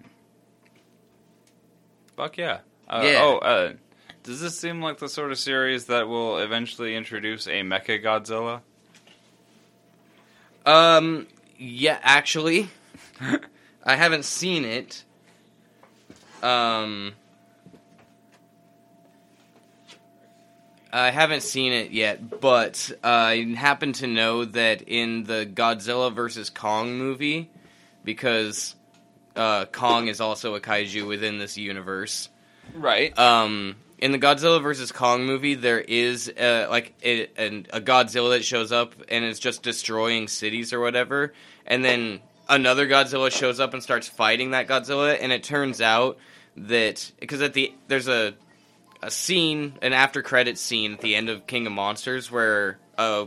[SPEAKER 1] Fuck yeah. Uh,
[SPEAKER 2] Yeah.
[SPEAKER 1] Oh, uh, does this seem like the sort of series that will eventually introduce a Mecha Godzilla?
[SPEAKER 2] Um, yeah, actually, I haven't seen it. Um, I haven't seen it yet, but uh, I happen to know that in the Godzilla vs. Kong movie, because uh, Kong is also a kaiju within this universe,
[SPEAKER 1] Right.
[SPEAKER 2] um, in the Godzilla vs Kong movie, there is uh, like a, an, a Godzilla that shows up and is just destroying cities or whatever, and then another Godzilla shows up and starts fighting that Godzilla, and it turns out that because at the there's a a scene, an after credit scene at the end of King of Monsters where uh,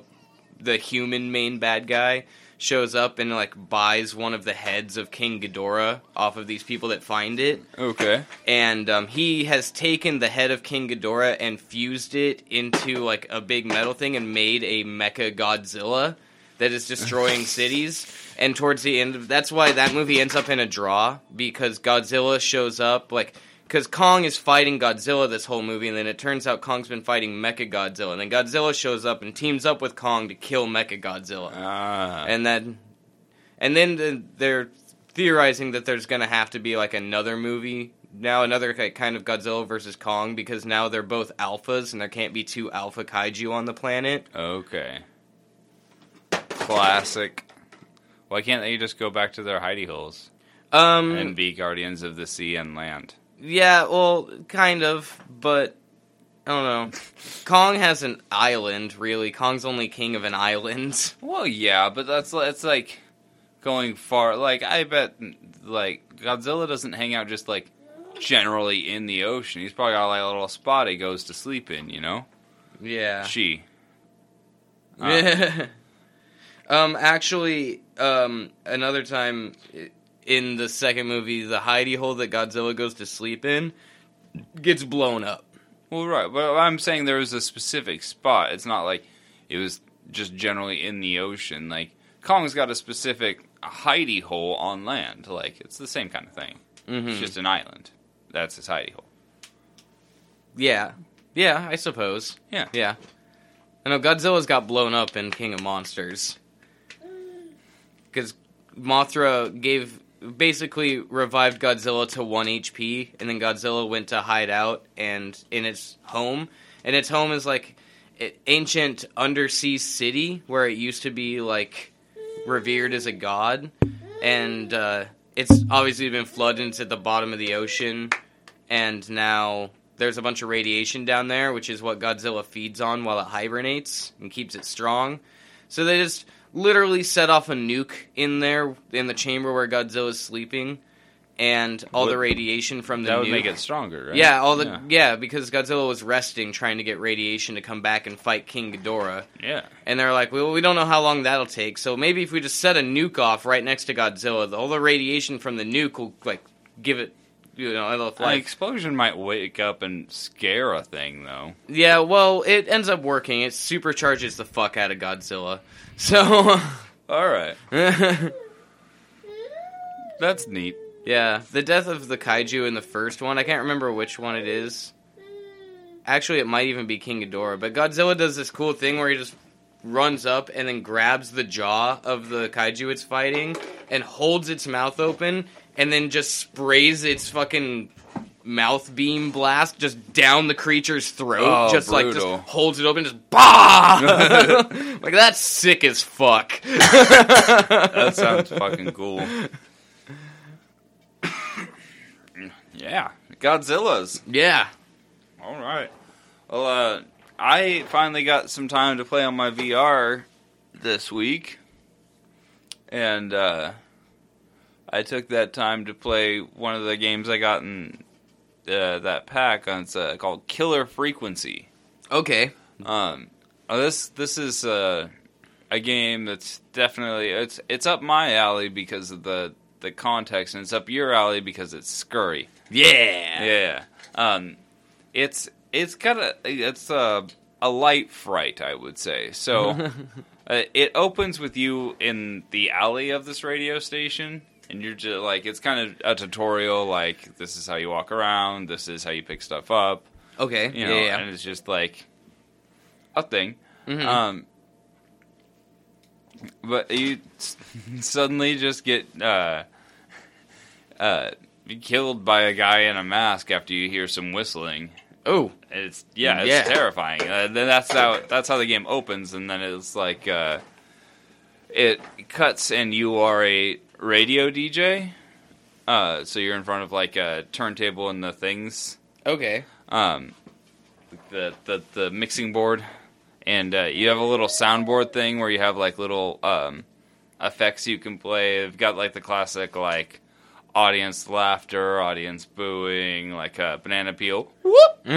[SPEAKER 2] the human main bad guy shows up and like buys one of the heads of King Ghidorah off of these people that find it
[SPEAKER 1] okay.
[SPEAKER 2] and um, he has taken the head of King Ghidorah and fused it into like a big metal thing and made a Mecha Godzilla that is destroying cities. And towards the end, that's why that movie ends up in a draw because Godzilla shows up like. Because Kong is fighting Godzilla this whole movie, and then it turns out Kong's been fighting Mecha Godzilla, and then Godzilla shows up and teams up with Kong to kill Mecha Godzilla
[SPEAKER 1] Ah.
[SPEAKER 2] and then and then the, they're theorizing that there's going to have to be like another movie now another ki- kind of Godzilla versus Kong because now they're both alphas and there can't be two alpha kaiju on the planet.
[SPEAKER 1] okay. Classic. Why can't they just go back to their hidey holes
[SPEAKER 2] Um
[SPEAKER 1] and be guardians of the sea and land?
[SPEAKER 2] yeah, well kind of, but I don't know. Kong has an island, really. Kong's only king of an island.
[SPEAKER 1] Well, yeah, but that's it's like going far. Like I bet, like Godzilla doesn't hang out just like generally in the ocean. He's probably got like a little spot he goes to sleep in. You know,
[SPEAKER 2] Yeah.
[SPEAKER 1] she. Uh.
[SPEAKER 2] um, actually, um, another time i- in the second movie, the hidey hole that Godzilla goes to sleep in gets blown up.
[SPEAKER 1] Well, right, but I'm saying there was a specific spot. It's not like it was just generally in the ocean. Like Kong's got a specific hidey hole on land. Like it's the same kind of thing.
[SPEAKER 2] Mhm.
[SPEAKER 1] It's just an island. That's his hidey hole.
[SPEAKER 2] Yeah, yeah, I suppose.
[SPEAKER 1] Yeah.
[SPEAKER 2] Yeah, I know Godzilla's got blown up in King of Monsters because Mothra gave basically revived Godzilla to one HP, and then Godzilla went to hide out and in its home, and its home is like a- ancient undersea city where it used to be like revered as a god, and uh, it's obviously been flooded it's at the bottom of the ocean, and now. There's a bunch of radiation down there, which is what Godzilla feeds on while it hibernates and keeps it strong. So they just literally set off a nuke in there in the chamber where Godzilla's sleeping, and all the
[SPEAKER 1] Would-
[SPEAKER 2] radiation from the
[SPEAKER 1] That would
[SPEAKER 2] nuke.
[SPEAKER 1] make it stronger, right?
[SPEAKER 2] Yeah, all the yeah. because Godzilla was resting trying to get radiation to come back and fight King Ghidorah,
[SPEAKER 1] yeah.
[SPEAKER 2] and they're like, "Well, we don't know how long that'll take, so maybe if we just set a nuke off right next to Godzilla, the- all the radiation from the nuke will like give it, you know, it'll
[SPEAKER 1] An
[SPEAKER 2] like
[SPEAKER 1] explosion might wake up and scare a thing, though.
[SPEAKER 2] yeah." Well, it ends up working. It supercharges the fuck out of Godzilla, so
[SPEAKER 1] All right, that's neat.
[SPEAKER 2] yeah, the death of the kaiju in the first one, I can't remember which one it is. Actually, it might even be King Ghidorah, but Godzilla does this cool thing where he just runs up and then grabs the jaw of the kaiju it's fighting and holds its mouth open and then just sprays its fucking mouth beam blast just down the creature's throat
[SPEAKER 1] Oh,
[SPEAKER 2] just like
[SPEAKER 1] brutal.
[SPEAKER 2] just holds it open just bah like that's sick as fuck
[SPEAKER 1] That sounds fucking cool. yeah, Godzilla's.
[SPEAKER 2] yeah
[SPEAKER 1] All right. Well, uh, I finally got some time to play on my VR this week, and uh, I took that time to play one of the games I got in uh, that pack. On it's uh, called Killer Frequency.
[SPEAKER 2] okay
[SPEAKER 1] Um, oh, this this is uh, a game that's definitely it's it's up my alley because of the the context, and it's up your alley because it's scurry.
[SPEAKER 2] yeah
[SPEAKER 1] Yeah. Um, it's it's got a it's a a light fright, I would say. So uh, it opens with you in the alley of this radio station, and you're just like it's kind of a tutorial. Like this is how you walk around. This is how you pick stuff up.
[SPEAKER 2] okay
[SPEAKER 1] You know,
[SPEAKER 2] yeah, yeah.
[SPEAKER 1] and it's just like a thing.
[SPEAKER 2] Mhm.
[SPEAKER 1] Um, but you s- suddenly just get uh, uh, killed by a guy in a mask after you hear some whistling.
[SPEAKER 2] oh
[SPEAKER 1] It's yeah, it's
[SPEAKER 2] Yeah.
[SPEAKER 1] terrifying. Uh, then that's how that's how the game opens, and then it's like uh, it cuts, and you are a radio DJ. Uh, so you're in front of like a turntable and the things
[SPEAKER 2] okay
[SPEAKER 1] um, the, the the mixing board, and uh, you have a little soundboard thing where you have like little um, effects you can play. You've got like the classic like audience laughter, audience booing, like uh, banana peel. Whoop! You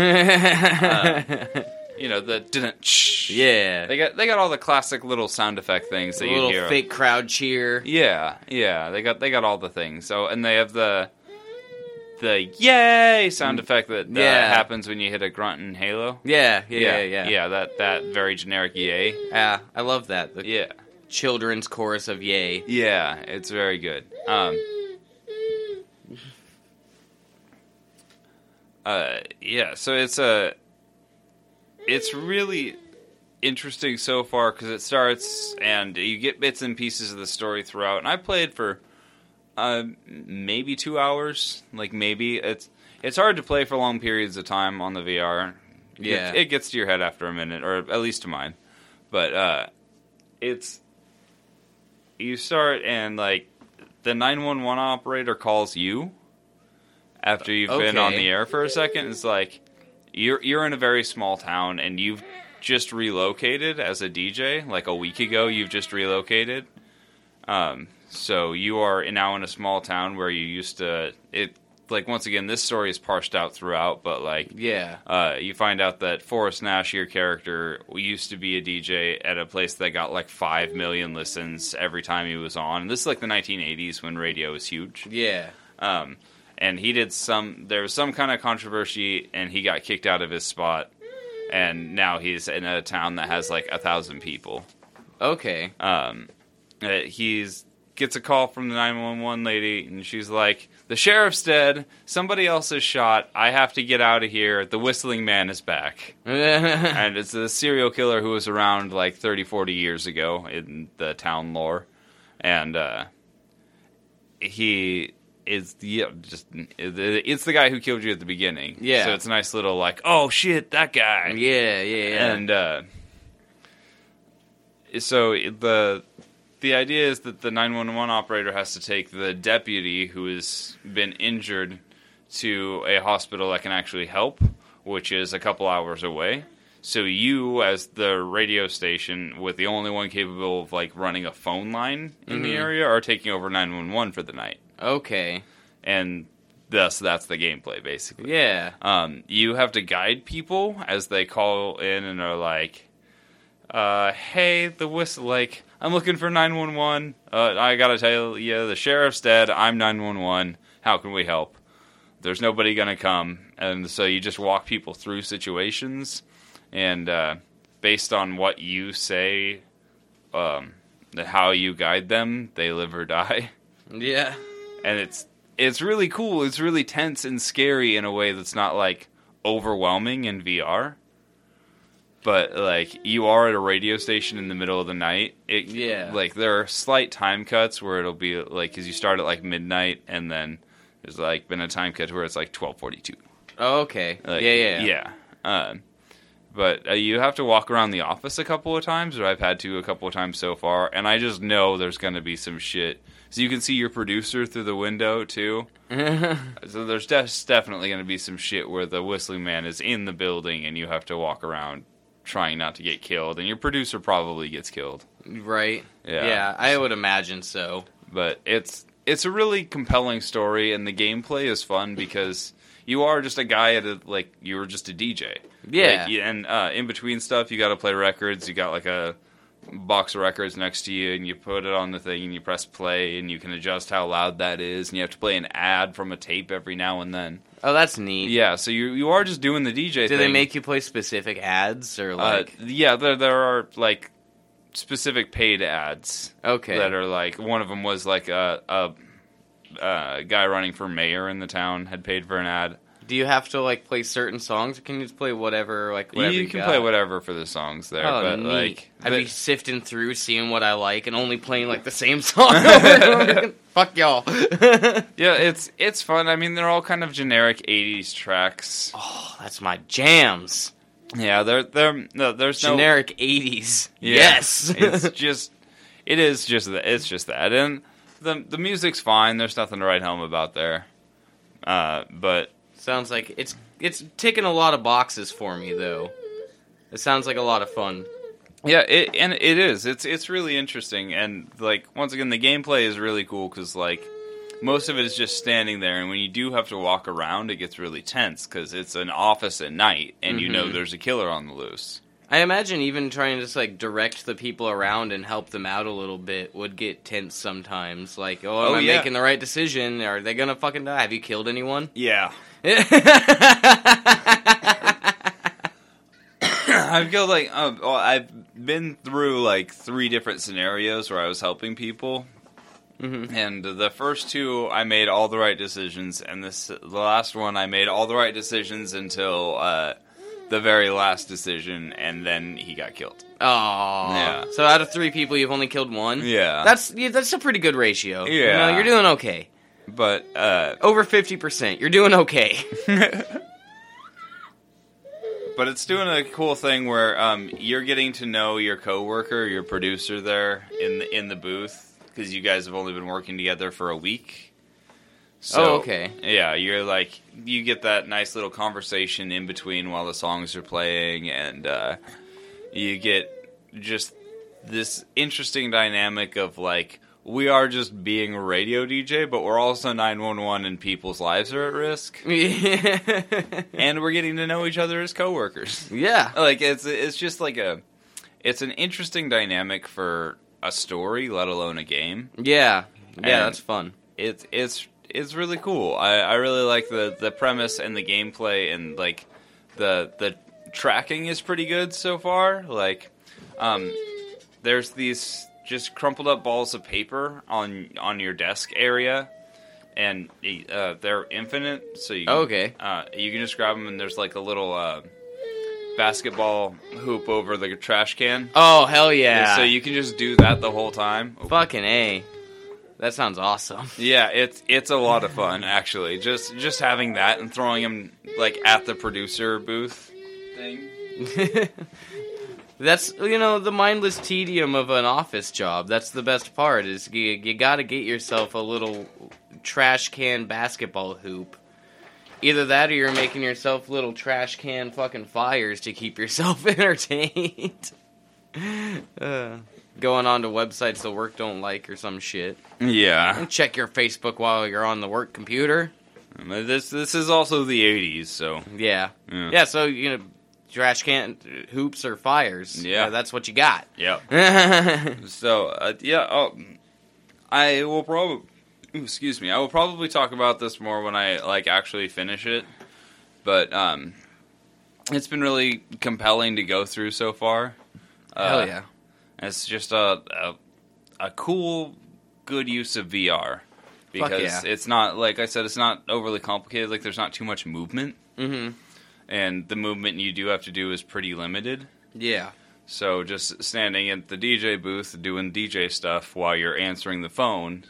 [SPEAKER 1] know the didn't.
[SPEAKER 2] yeah.
[SPEAKER 1] They got they got all the classic little sound effect things that
[SPEAKER 2] a
[SPEAKER 1] you
[SPEAKER 2] little
[SPEAKER 1] hear.
[SPEAKER 2] fake crowd cheer.
[SPEAKER 1] Yeah, yeah. They got they got all the things. So and they have the the yay sound effect that, that
[SPEAKER 2] Mm. Yeah.
[SPEAKER 1] happens when you hit a grunt in Halo.
[SPEAKER 2] Yeah, yeah, yeah, yeah.
[SPEAKER 1] yeah. That that very generic yay.
[SPEAKER 2] Ah, I love that. The
[SPEAKER 1] Yeah,
[SPEAKER 2] children's chorus of yay.
[SPEAKER 1] yeah, it's very good. Um, uh, yeah, so it's a, it's really interesting so far because it starts and you get bits and pieces of the story throughout. And I played for, uh, maybe two hours, like maybe it's it's hard to play for long periods of time on the VR. It-
[SPEAKER 2] Yeah.
[SPEAKER 1] it, gets to your head after a minute, or at least to mine. But uh, it's you start and like the 911 operator calls you after you've been on
[SPEAKER 2] Okay.
[SPEAKER 1] the air for a second it's like you're you're in a very small town and you've just relocated as a DJ like a week ago you've just relocated um so you are now in a small town where you used to it like once again this story is parsed out throughout, but like
[SPEAKER 2] Yeah.
[SPEAKER 1] uh, you find out that Forrest Nash, your character, used to be a DJ at a place that got like five million listens every time he was on. This is like the 1980s when radio was huge.
[SPEAKER 2] Yeah.
[SPEAKER 1] Um, and he did some. There was some kind of controversy, and he got kicked out of his spot. And now he's in a town that has like a thousand people.
[SPEAKER 2] Okay.
[SPEAKER 1] Um, uh, he's gets a call from the 911 lady, and she's like, "The sheriff's dead. Somebody else is shot. I have to get out of here. The whistling man is back." and it's a serial killer who was around like 30 40 years ago in the town lore and uh he is the just it's the guy who killed you at the beginning
[SPEAKER 2] Yeah.
[SPEAKER 1] so it's a nice little like oh shit that guy
[SPEAKER 2] yeah, yeah, yeah.
[SPEAKER 1] and uh so the the idea is that the 911 operator has to take the deputy who has been injured to a hospital that can actually help, which is a couple hours away. So you, as the radio station, with the only one capable of like running a phone line in the
[SPEAKER 2] Mhm.
[SPEAKER 1] area, are taking over 911 for the night,
[SPEAKER 2] okay.
[SPEAKER 1] and thus that's the gameplay basically.
[SPEAKER 2] Yeah.
[SPEAKER 1] Um, you have to guide people as they call in and are like, uh, "Hey, the whistle! Like, I'm looking for 911. Uh, I gotta tell you, the sheriff's dead. I'm 911. How can we help? There's nobody gonna come." And so you just walk people through situations, and uh, based on what you say, um, how you guide them, they live or die
[SPEAKER 2] Yeah.
[SPEAKER 1] and it's it's really cool. It's really tense and scary in a way that's not like overwhelming in VR. But like you are at a radio station in the middle of the night. It,
[SPEAKER 2] Yeah.
[SPEAKER 1] Like there are slight time cuts where it'll be like because you start at like midnight and then there's like been a time cut where it's like twelve forty two.
[SPEAKER 2] Okay. yeah, yeah.
[SPEAKER 1] Yeah. Um, but uh, you have to walk around the office a couple of times, or I've had to a couple of times so far, and I just know there's going to be some shit. So you can see your producer through the window too. So there's des- definitely going to be some shit where the whistling man is in the building, and you have to walk around trying not to get killed, and your producer probably gets killed.
[SPEAKER 2] right.
[SPEAKER 1] Yeah.
[SPEAKER 2] Yeah, I would imagine so.
[SPEAKER 1] But it's it's a really compelling story, and the gameplay is fun because you are just a guy at a like you were just a DJ.
[SPEAKER 2] Yeah.
[SPEAKER 1] Like, yeah, and uh, in between stuff, you got to play records. You got like a box of records next to you, and you put it on the thing, and you press play, and you can adjust how loud that is, and you have to play an ad from a tape every now and then.
[SPEAKER 2] Oh, that's neat.
[SPEAKER 1] Yeah, so you you are just doing the DJ.
[SPEAKER 2] Do
[SPEAKER 1] thing.
[SPEAKER 2] they make you play specific ads or
[SPEAKER 1] Uh,
[SPEAKER 2] like
[SPEAKER 1] yeah, there there are like specific paid ads
[SPEAKER 2] okay?
[SPEAKER 1] that are like one of them was like a. a uh, guy running for mayor in the town had paid for an ad.
[SPEAKER 2] Do you have to like play certain songs, or can you just play whatever like whatever you,
[SPEAKER 1] you can
[SPEAKER 2] got?
[SPEAKER 1] play whatever for the songs there,
[SPEAKER 2] Oh,
[SPEAKER 1] but
[SPEAKER 2] neat.
[SPEAKER 1] like
[SPEAKER 2] I'd
[SPEAKER 1] the-
[SPEAKER 2] be sifting through, seeing what I like, and only playing like the same song. over and over again. Fuck y'all.
[SPEAKER 1] Yeah, it's it's fun. I mean, they're all kind of generic '80s tracks.
[SPEAKER 2] oh, that's my jams.
[SPEAKER 1] Yeah, they're they're no, there's no
[SPEAKER 2] Generic '80s.
[SPEAKER 1] Yeah.
[SPEAKER 2] Yes.
[SPEAKER 1] it's just it is just that it's just that, and the the music's fine. There's nothing to write home about there. Uh, but
[SPEAKER 2] sounds like it's it's ticking a lot of boxes for me though. It sounds like a lot of fun.
[SPEAKER 1] yeah, it and it is. It's it's really interesting, and like once again, the gameplay is really cool because like most of it is just standing there, and when you do have to walk around, it gets really tense because it's an office at night, and you know
[SPEAKER 2] Mhm.
[SPEAKER 1] there's a killer on the loose.
[SPEAKER 2] I imagine even trying to just like direct the people around and help them out a little bit would get tense sometimes. Like, oh, am
[SPEAKER 1] Oh,
[SPEAKER 2] I
[SPEAKER 1] yeah.
[SPEAKER 2] making the right decision? Are they gonna fucking die? Have you killed anyone?
[SPEAKER 1] Yeah,
[SPEAKER 2] Mm-hmm. yeah,
[SPEAKER 1] I've killed like um, well, I've been through like three different scenarios where I was helping people,
[SPEAKER 2] Mhm.
[SPEAKER 1] and the first two I made all the right decisions, and this the last one I made all the right decisions until uh, the very last decision, and then he got killed. Yeah.
[SPEAKER 2] So out of three people, you've only killed one.
[SPEAKER 1] Yeah,
[SPEAKER 2] That's yeah, that's a pretty good ratio. You
[SPEAKER 1] Yeah.
[SPEAKER 2] know, you're doing okay.
[SPEAKER 1] but uh,
[SPEAKER 2] Over fifty percent, you're doing okay.
[SPEAKER 1] but it's doing a cool thing where um, you're getting to know your coworker, your producer there in the, in the booth because you guys have only been working together for a week.
[SPEAKER 2] Oh, okay.
[SPEAKER 1] Yeah, you're like you get that nice little conversation in between while the songs are playing, and uh, you get just this interesting dynamic of like we are just being a radio DJ, but we're also 911 and people's lives are at risk.
[SPEAKER 2] yeah.
[SPEAKER 1] and we're getting to know each other as coworkers.
[SPEAKER 2] yeah.
[SPEAKER 1] Like it's it's just like a it's an interesting dynamic for a story, let alone a game.
[SPEAKER 2] Yeah.
[SPEAKER 1] And-
[SPEAKER 2] that's fun.
[SPEAKER 1] It's it's it's really cool. I, I really like the, the premise and the gameplay and like the the tracking is pretty good so far. Like um there's these just crumpled up balls of paper on on your desk area and uh, they're infinite so you
[SPEAKER 2] Okay.
[SPEAKER 1] uh, you can just grab them, and there's like a little uh, basketball hoop over the trash can.
[SPEAKER 2] Oh, hell yeah.
[SPEAKER 1] So you can just do that the whole time.
[SPEAKER 2] Fucking A. That sounds awesome.
[SPEAKER 1] Yeah, it's it's a lot of fun actually. Just just having that and throwing them like at the producer booth thing.
[SPEAKER 2] That's you know the mindless tedium of an office job. That's the best part is you, you got to get yourself a little trash can basketball hoop. Either that or you're making yourself little trash can fucking fires to keep yourself entertained. uh, going on to websites the work don't like or some shit.
[SPEAKER 1] Yeah,
[SPEAKER 2] And check your Facebook while you're on the work computer.
[SPEAKER 1] this this is also the '80s, so
[SPEAKER 2] Yeah.
[SPEAKER 1] yeah,
[SPEAKER 2] Yeah, so you know trash can hoops or fires. uh,
[SPEAKER 1] Yeah.
[SPEAKER 2] that's what you got.
[SPEAKER 1] Yep. So uh, yeah, oh, I will probably excuse me. I will probably talk about this more when I like actually finish it. But um, it's been really compelling to go through so far. Uh,
[SPEAKER 2] Hell yeah.
[SPEAKER 1] It's just a a, a cool, good use of VR because
[SPEAKER 2] yeah.
[SPEAKER 1] it's not like I said, it's not overly complicated. Like there's not too much movement,
[SPEAKER 2] Mm-hmm.
[SPEAKER 1] and the movement you do have to do is pretty limited.
[SPEAKER 2] Yeah.
[SPEAKER 1] So just standing at the DJ booth doing DJ stuff while you're answering the phone,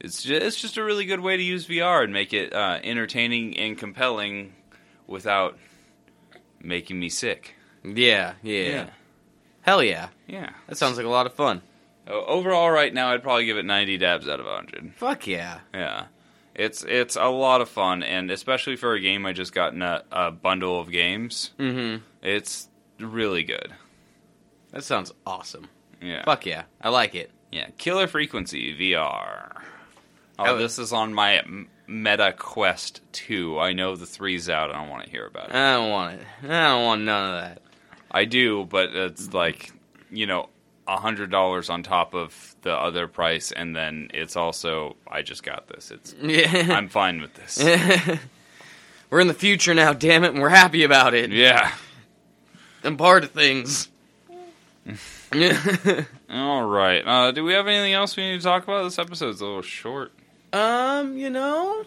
[SPEAKER 1] it's just, it's just a really good way to use VR and make it uh, entertaining and compelling without making me sick.
[SPEAKER 2] Yeah, yeah. Hell yeah.
[SPEAKER 1] yeah.
[SPEAKER 2] That sounds like a lot of fun.
[SPEAKER 1] O- Overall, right now, I'd probably give it 90 dabs out of 100.
[SPEAKER 2] Fuck yeah.
[SPEAKER 1] Yeah. It's it's a lot of fun, and especially for a game I just got in a, a bundle of games,
[SPEAKER 2] Mm-hmm.
[SPEAKER 1] it's really good.
[SPEAKER 2] That sounds awesome.
[SPEAKER 1] Yeah.
[SPEAKER 2] Fuck yeah. I like it.
[SPEAKER 1] Yeah, Killer Frequency VR.
[SPEAKER 2] Hell
[SPEAKER 1] Oh,
[SPEAKER 2] yeah.
[SPEAKER 1] this is on my M- Meta Quest 2. I know the three's out. I don't want to hear about it.
[SPEAKER 2] I don't want it. I don't want none of that.
[SPEAKER 1] I do, but it's like, you know, $100 on top of the other price, and then it's also, I just got this. It's
[SPEAKER 2] Yeah.
[SPEAKER 1] I'm fine with this.
[SPEAKER 2] we're in the future now, damn it, and we're happy about it.
[SPEAKER 1] yeah.
[SPEAKER 2] I'm part of things.
[SPEAKER 1] All right. Uh, do we have anything else we need to talk about? This episode's a little short.
[SPEAKER 2] um, you know,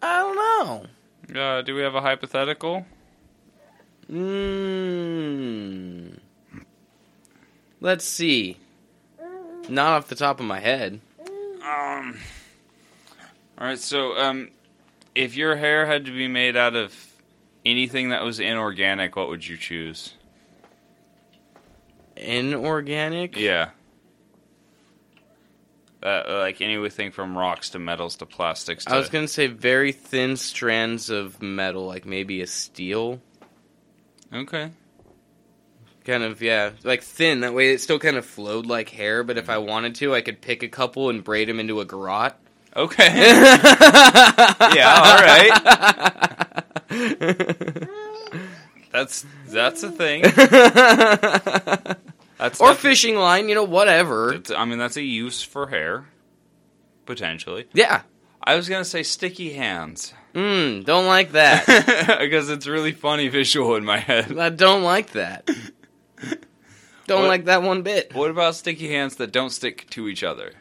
[SPEAKER 2] I don't know.
[SPEAKER 1] Uh, do we have a hypothetical?
[SPEAKER 2] Mm. Let's see. Not off the top of my head.
[SPEAKER 1] Um. All right. So, um, if your hair had to be made out of anything that was inorganic, what would you choose?
[SPEAKER 2] Inorganic?
[SPEAKER 1] Yeah. Uh, like anything from rocks to metals to plastics. To,
[SPEAKER 2] I was gonna say very thin strands of metal, like maybe a steel,
[SPEAKER 1] Okay.
[SPEAKER 2] kind of yeah, like thin. That way, it still kind of flowed like hair. But if I wanted to, I could pick a couple and braid them into a garrote.
[SPEAKER 1] Okay.
[SPEAKER 2] yeah,
[SPEAKER 1] all
[SPEAKER 2] right.
[SPEAKER 1] that's that's a thing. That's
[SPEAKER 2] or
[SPEAKER 1] defi-
[SPEAKER 2] fishing line, you know, whatever.
[SPEAKER 1] That's, I mean, that's a use for hair, potentially.
[SPEAKER 2] Yeah.
[SPEAKER 1] I was gonna say sticky hands
[SPEAKER 2] Mm, don't like that.
[SPEAKER 1] because it's really funny visual in my head.
[SPEAKER 2] I don't like that. Don't
[SPEAKER 1] What-
[SPEAKER 2] like that one bit.
[SPEAKER 1] What about sticky hands that don't stick to each other?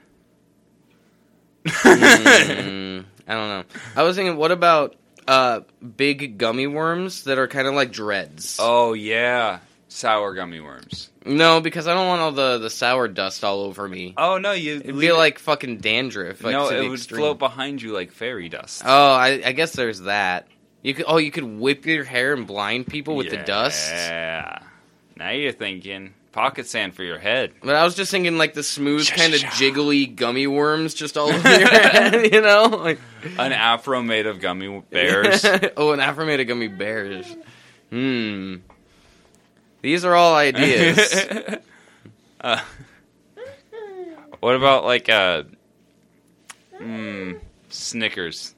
[SPEAKER 2] Mm, I don't know. I was thinking, what about uh, big gummy worms that are kind of like dreads?
[SPEAKER 1] Oh yeah, sour gummy worms.
[SPEAKER 2] No, because I don't want all the, the sour dust all over me.
[SPEAKER 1] Oh no, you
[SPEAKER 2] It'd be like fucking dandruff. Like,
[SPEAKER 1] no,
[SPEAKER 2] to the
[SPEAKER 1] it would
[SPEAKER 2] extreme.
[SPEAKER 1] float behind you like fairy dust.
[SPEAKER 2] Oh, I, I guess there's that. You could oh, you could whip your hair and blind people with the dust.
[SPEAKER 1] Yeah. Now you're thinking pocket sand for your head.
[SPEAKER 2] But I was just thinking like the smooth
[SPEAKER 1] Sha-
[SPEAKER 2] kind of
[SPEAKER 1] sha- sha.
[SPEAKER 2] jiggly gummy worms just all over your head, you know? Like,
[SPEAKER 1] An afro made of gummy bears.
[SPEAKER 2] oh, an Afro made of gummy bears. Hmm. These are all ideas.
[SPEAKER 1] Uh, What about like uh, mm, Snickers?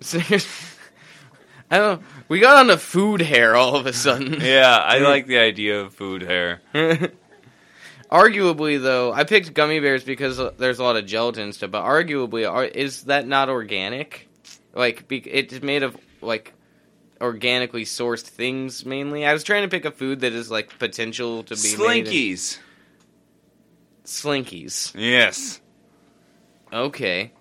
[SPEAKER 2] Snickers. I don't. know. We got onto food hair all of a sudden.
[SPEAKER 1] Yeah, I like the idea of food hair.
[SPEAKER 2] arguably, though, I picked gummy bears because uh, there's a lot of gelatin and stuff. But arguably, are, is that not organic? Like, be, it's made of like organically sourced things mainly. I was trying to pick a food that is like potential to be made in-
[SPEAKER 1] Slinkies.
[SPEAKER 2] Slinkies.
[SPEAKER 1] Yes.
[SPEAKER 2] Okay.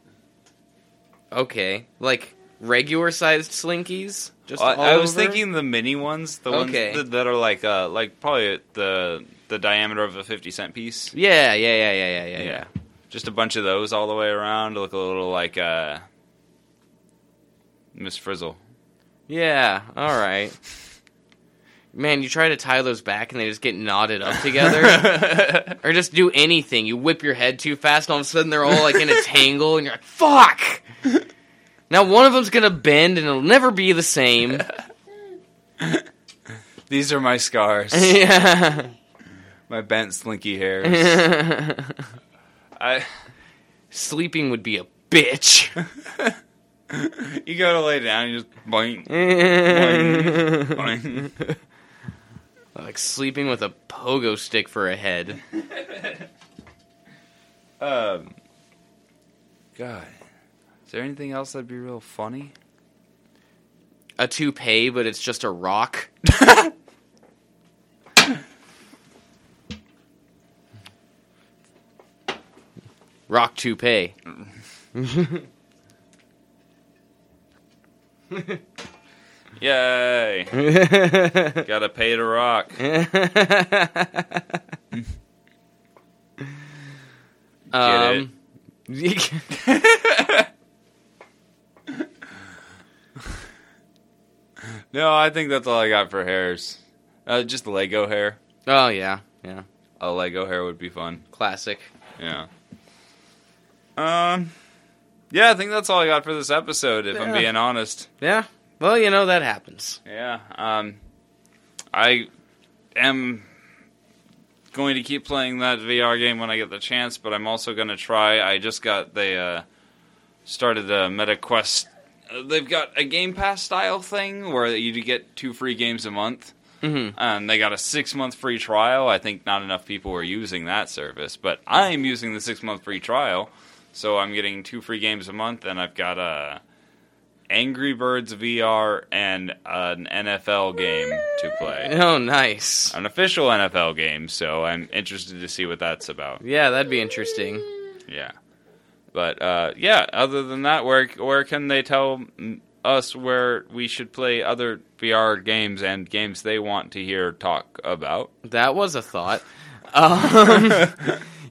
[SPEAKER 2] Okay. Like regular sized slinkies. Just
[SPEAKER 1] I,
[SPEAKER 2] all
[SPEAKER 1] I was
[SPEAKER 2] over?
[SPEAKER 1] thinking the mini ones, the ones
[SPEAKER 2] Okay.
[SPEAKER 1] that, that are like uh, like probably the the diameter of a fifty cent piece.
[SPEAKER 2] Yeah, yeah, yeah, yeah, yeah, yeah, yeah.
[SPEAKER 1] Just a bunch of those all the way around. Look a little like uh, Miss Frizzle.
[SPEAKER 2] Yeah, all right. Man, you try to tie those back and they just get knotted up together. or just do anything. You whip your head too fast, and all of a sudden they're all like in a tangle, and you're like, fuck! Now one of them's gonna bend and it'll never be the same.
[SPEAKER 1] These are my scars.
[SPEAKER 2] yeah.
[SPEAKER 1] my bent slinky hairs. I
[SPEAKER 2] Sleeping would be a bitch.
[SPEAKER 1] you go to lay down, you just boing, boing.
[SPEAKER 2] like sleeping with a pogo stick for a head.
[SPEAKER 1] Um, God, is there anything else that'd be real funny?
[SPEAKER 2] A toupee, but it's just a rock. rock toupee.
[SPEAKER 1] Yay! Gotta pay to rock.
[SPEAKER 2] um,
[SPEAKER 1] No, I think that's all I got for hairs. Uh, just Lego hair.
[SPEAKER 2] oh yeah, yeah,
[SPEAKER 1] A Lego hair would be fun.
[SPEAKER 2] classic.
[SPEAKER 1] Yeah. Um. Yeah, I think that's all I got for this episode. If I'm
[SPEAKER 2] Yeah.
[SPEAKER 1] being honest.
[SPEAKER 2] Yeah. Well, you know that happens.
[SPEAKER 1] Yeah. Um. I am going to keep playing that VR game when I get the chance, but I'm also going to try. I just got they uh, started the MetaQuest. uh, They've got a Game Pass style thing where you get two free games a month.
[SPEAKER 2] Mm-hmm.
[SPEAKER 1] Um, they got a six month free trial. I think not enough people were using that service, but I'm using the six month free trial, so I'm getting two free games a month, and I've got uh, Angry Birds VR and an NFL game to play,
[SPEAKER 2] Oh, nice.
[SPEAKER 1] an official NFL game. So I'm interested to see what that's about.
[SPEAKER 2] Yeah, that'd be interesting.
[SPEAKER 1] Yeah, but uh, yeah. Other than that, where where can they tell mm, us where we should play other VR games and games they want to hear talk about?
[SPEAKER 2] That was a thought. Um,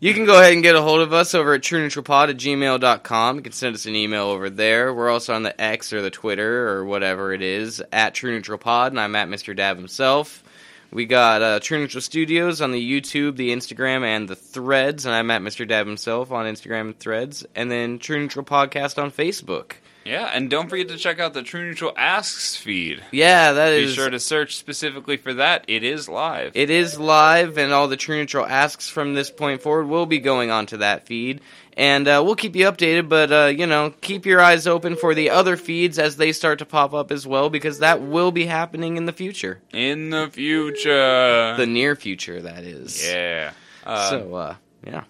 [SPEAKER 2] you can go ahead and get a hold of us over at trueneutralpod at gmail.com. You can send us an email over there. We're also on the X or the Twitter or whatever it is at True Neutral Pod, and I'm at Mr. Dab himself. We got uh, True Neutral Studios on the YouTube, the Instagram, and the Threads, and I'm at Mr. Dab himself on Instagram and Threads, and then True Neutral Podcast on Facebook.
[SPEAKER 1] Yeah, and don't forget to check out the True Neutral Asks feed.
[SPEAKER 2] Yeah, that
[SPEAKER 1] Be
[SPEAKER 2] is
[SPEAKER 1] sure to search specifically for that. It is live.
[SPEAKER 2] It is live, and all the True Neutral asks from this point forward will be going onto that feed. And uh, we'll keep you updated, but uh, you know, keep your eyes open for the other feeds as they start to pop up as well, because that will be happening in the future,
[SPEAKER 1] In the future.
[SPEAKER 2] the near future, that is.
[SPEAKER 1] yeah. Uh,
[SPEAKER 2] so, uh, yeah.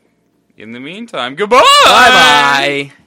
[SPEAKER 1] in the meantime, goodbye.
[SPEAKER 2] Bye bye.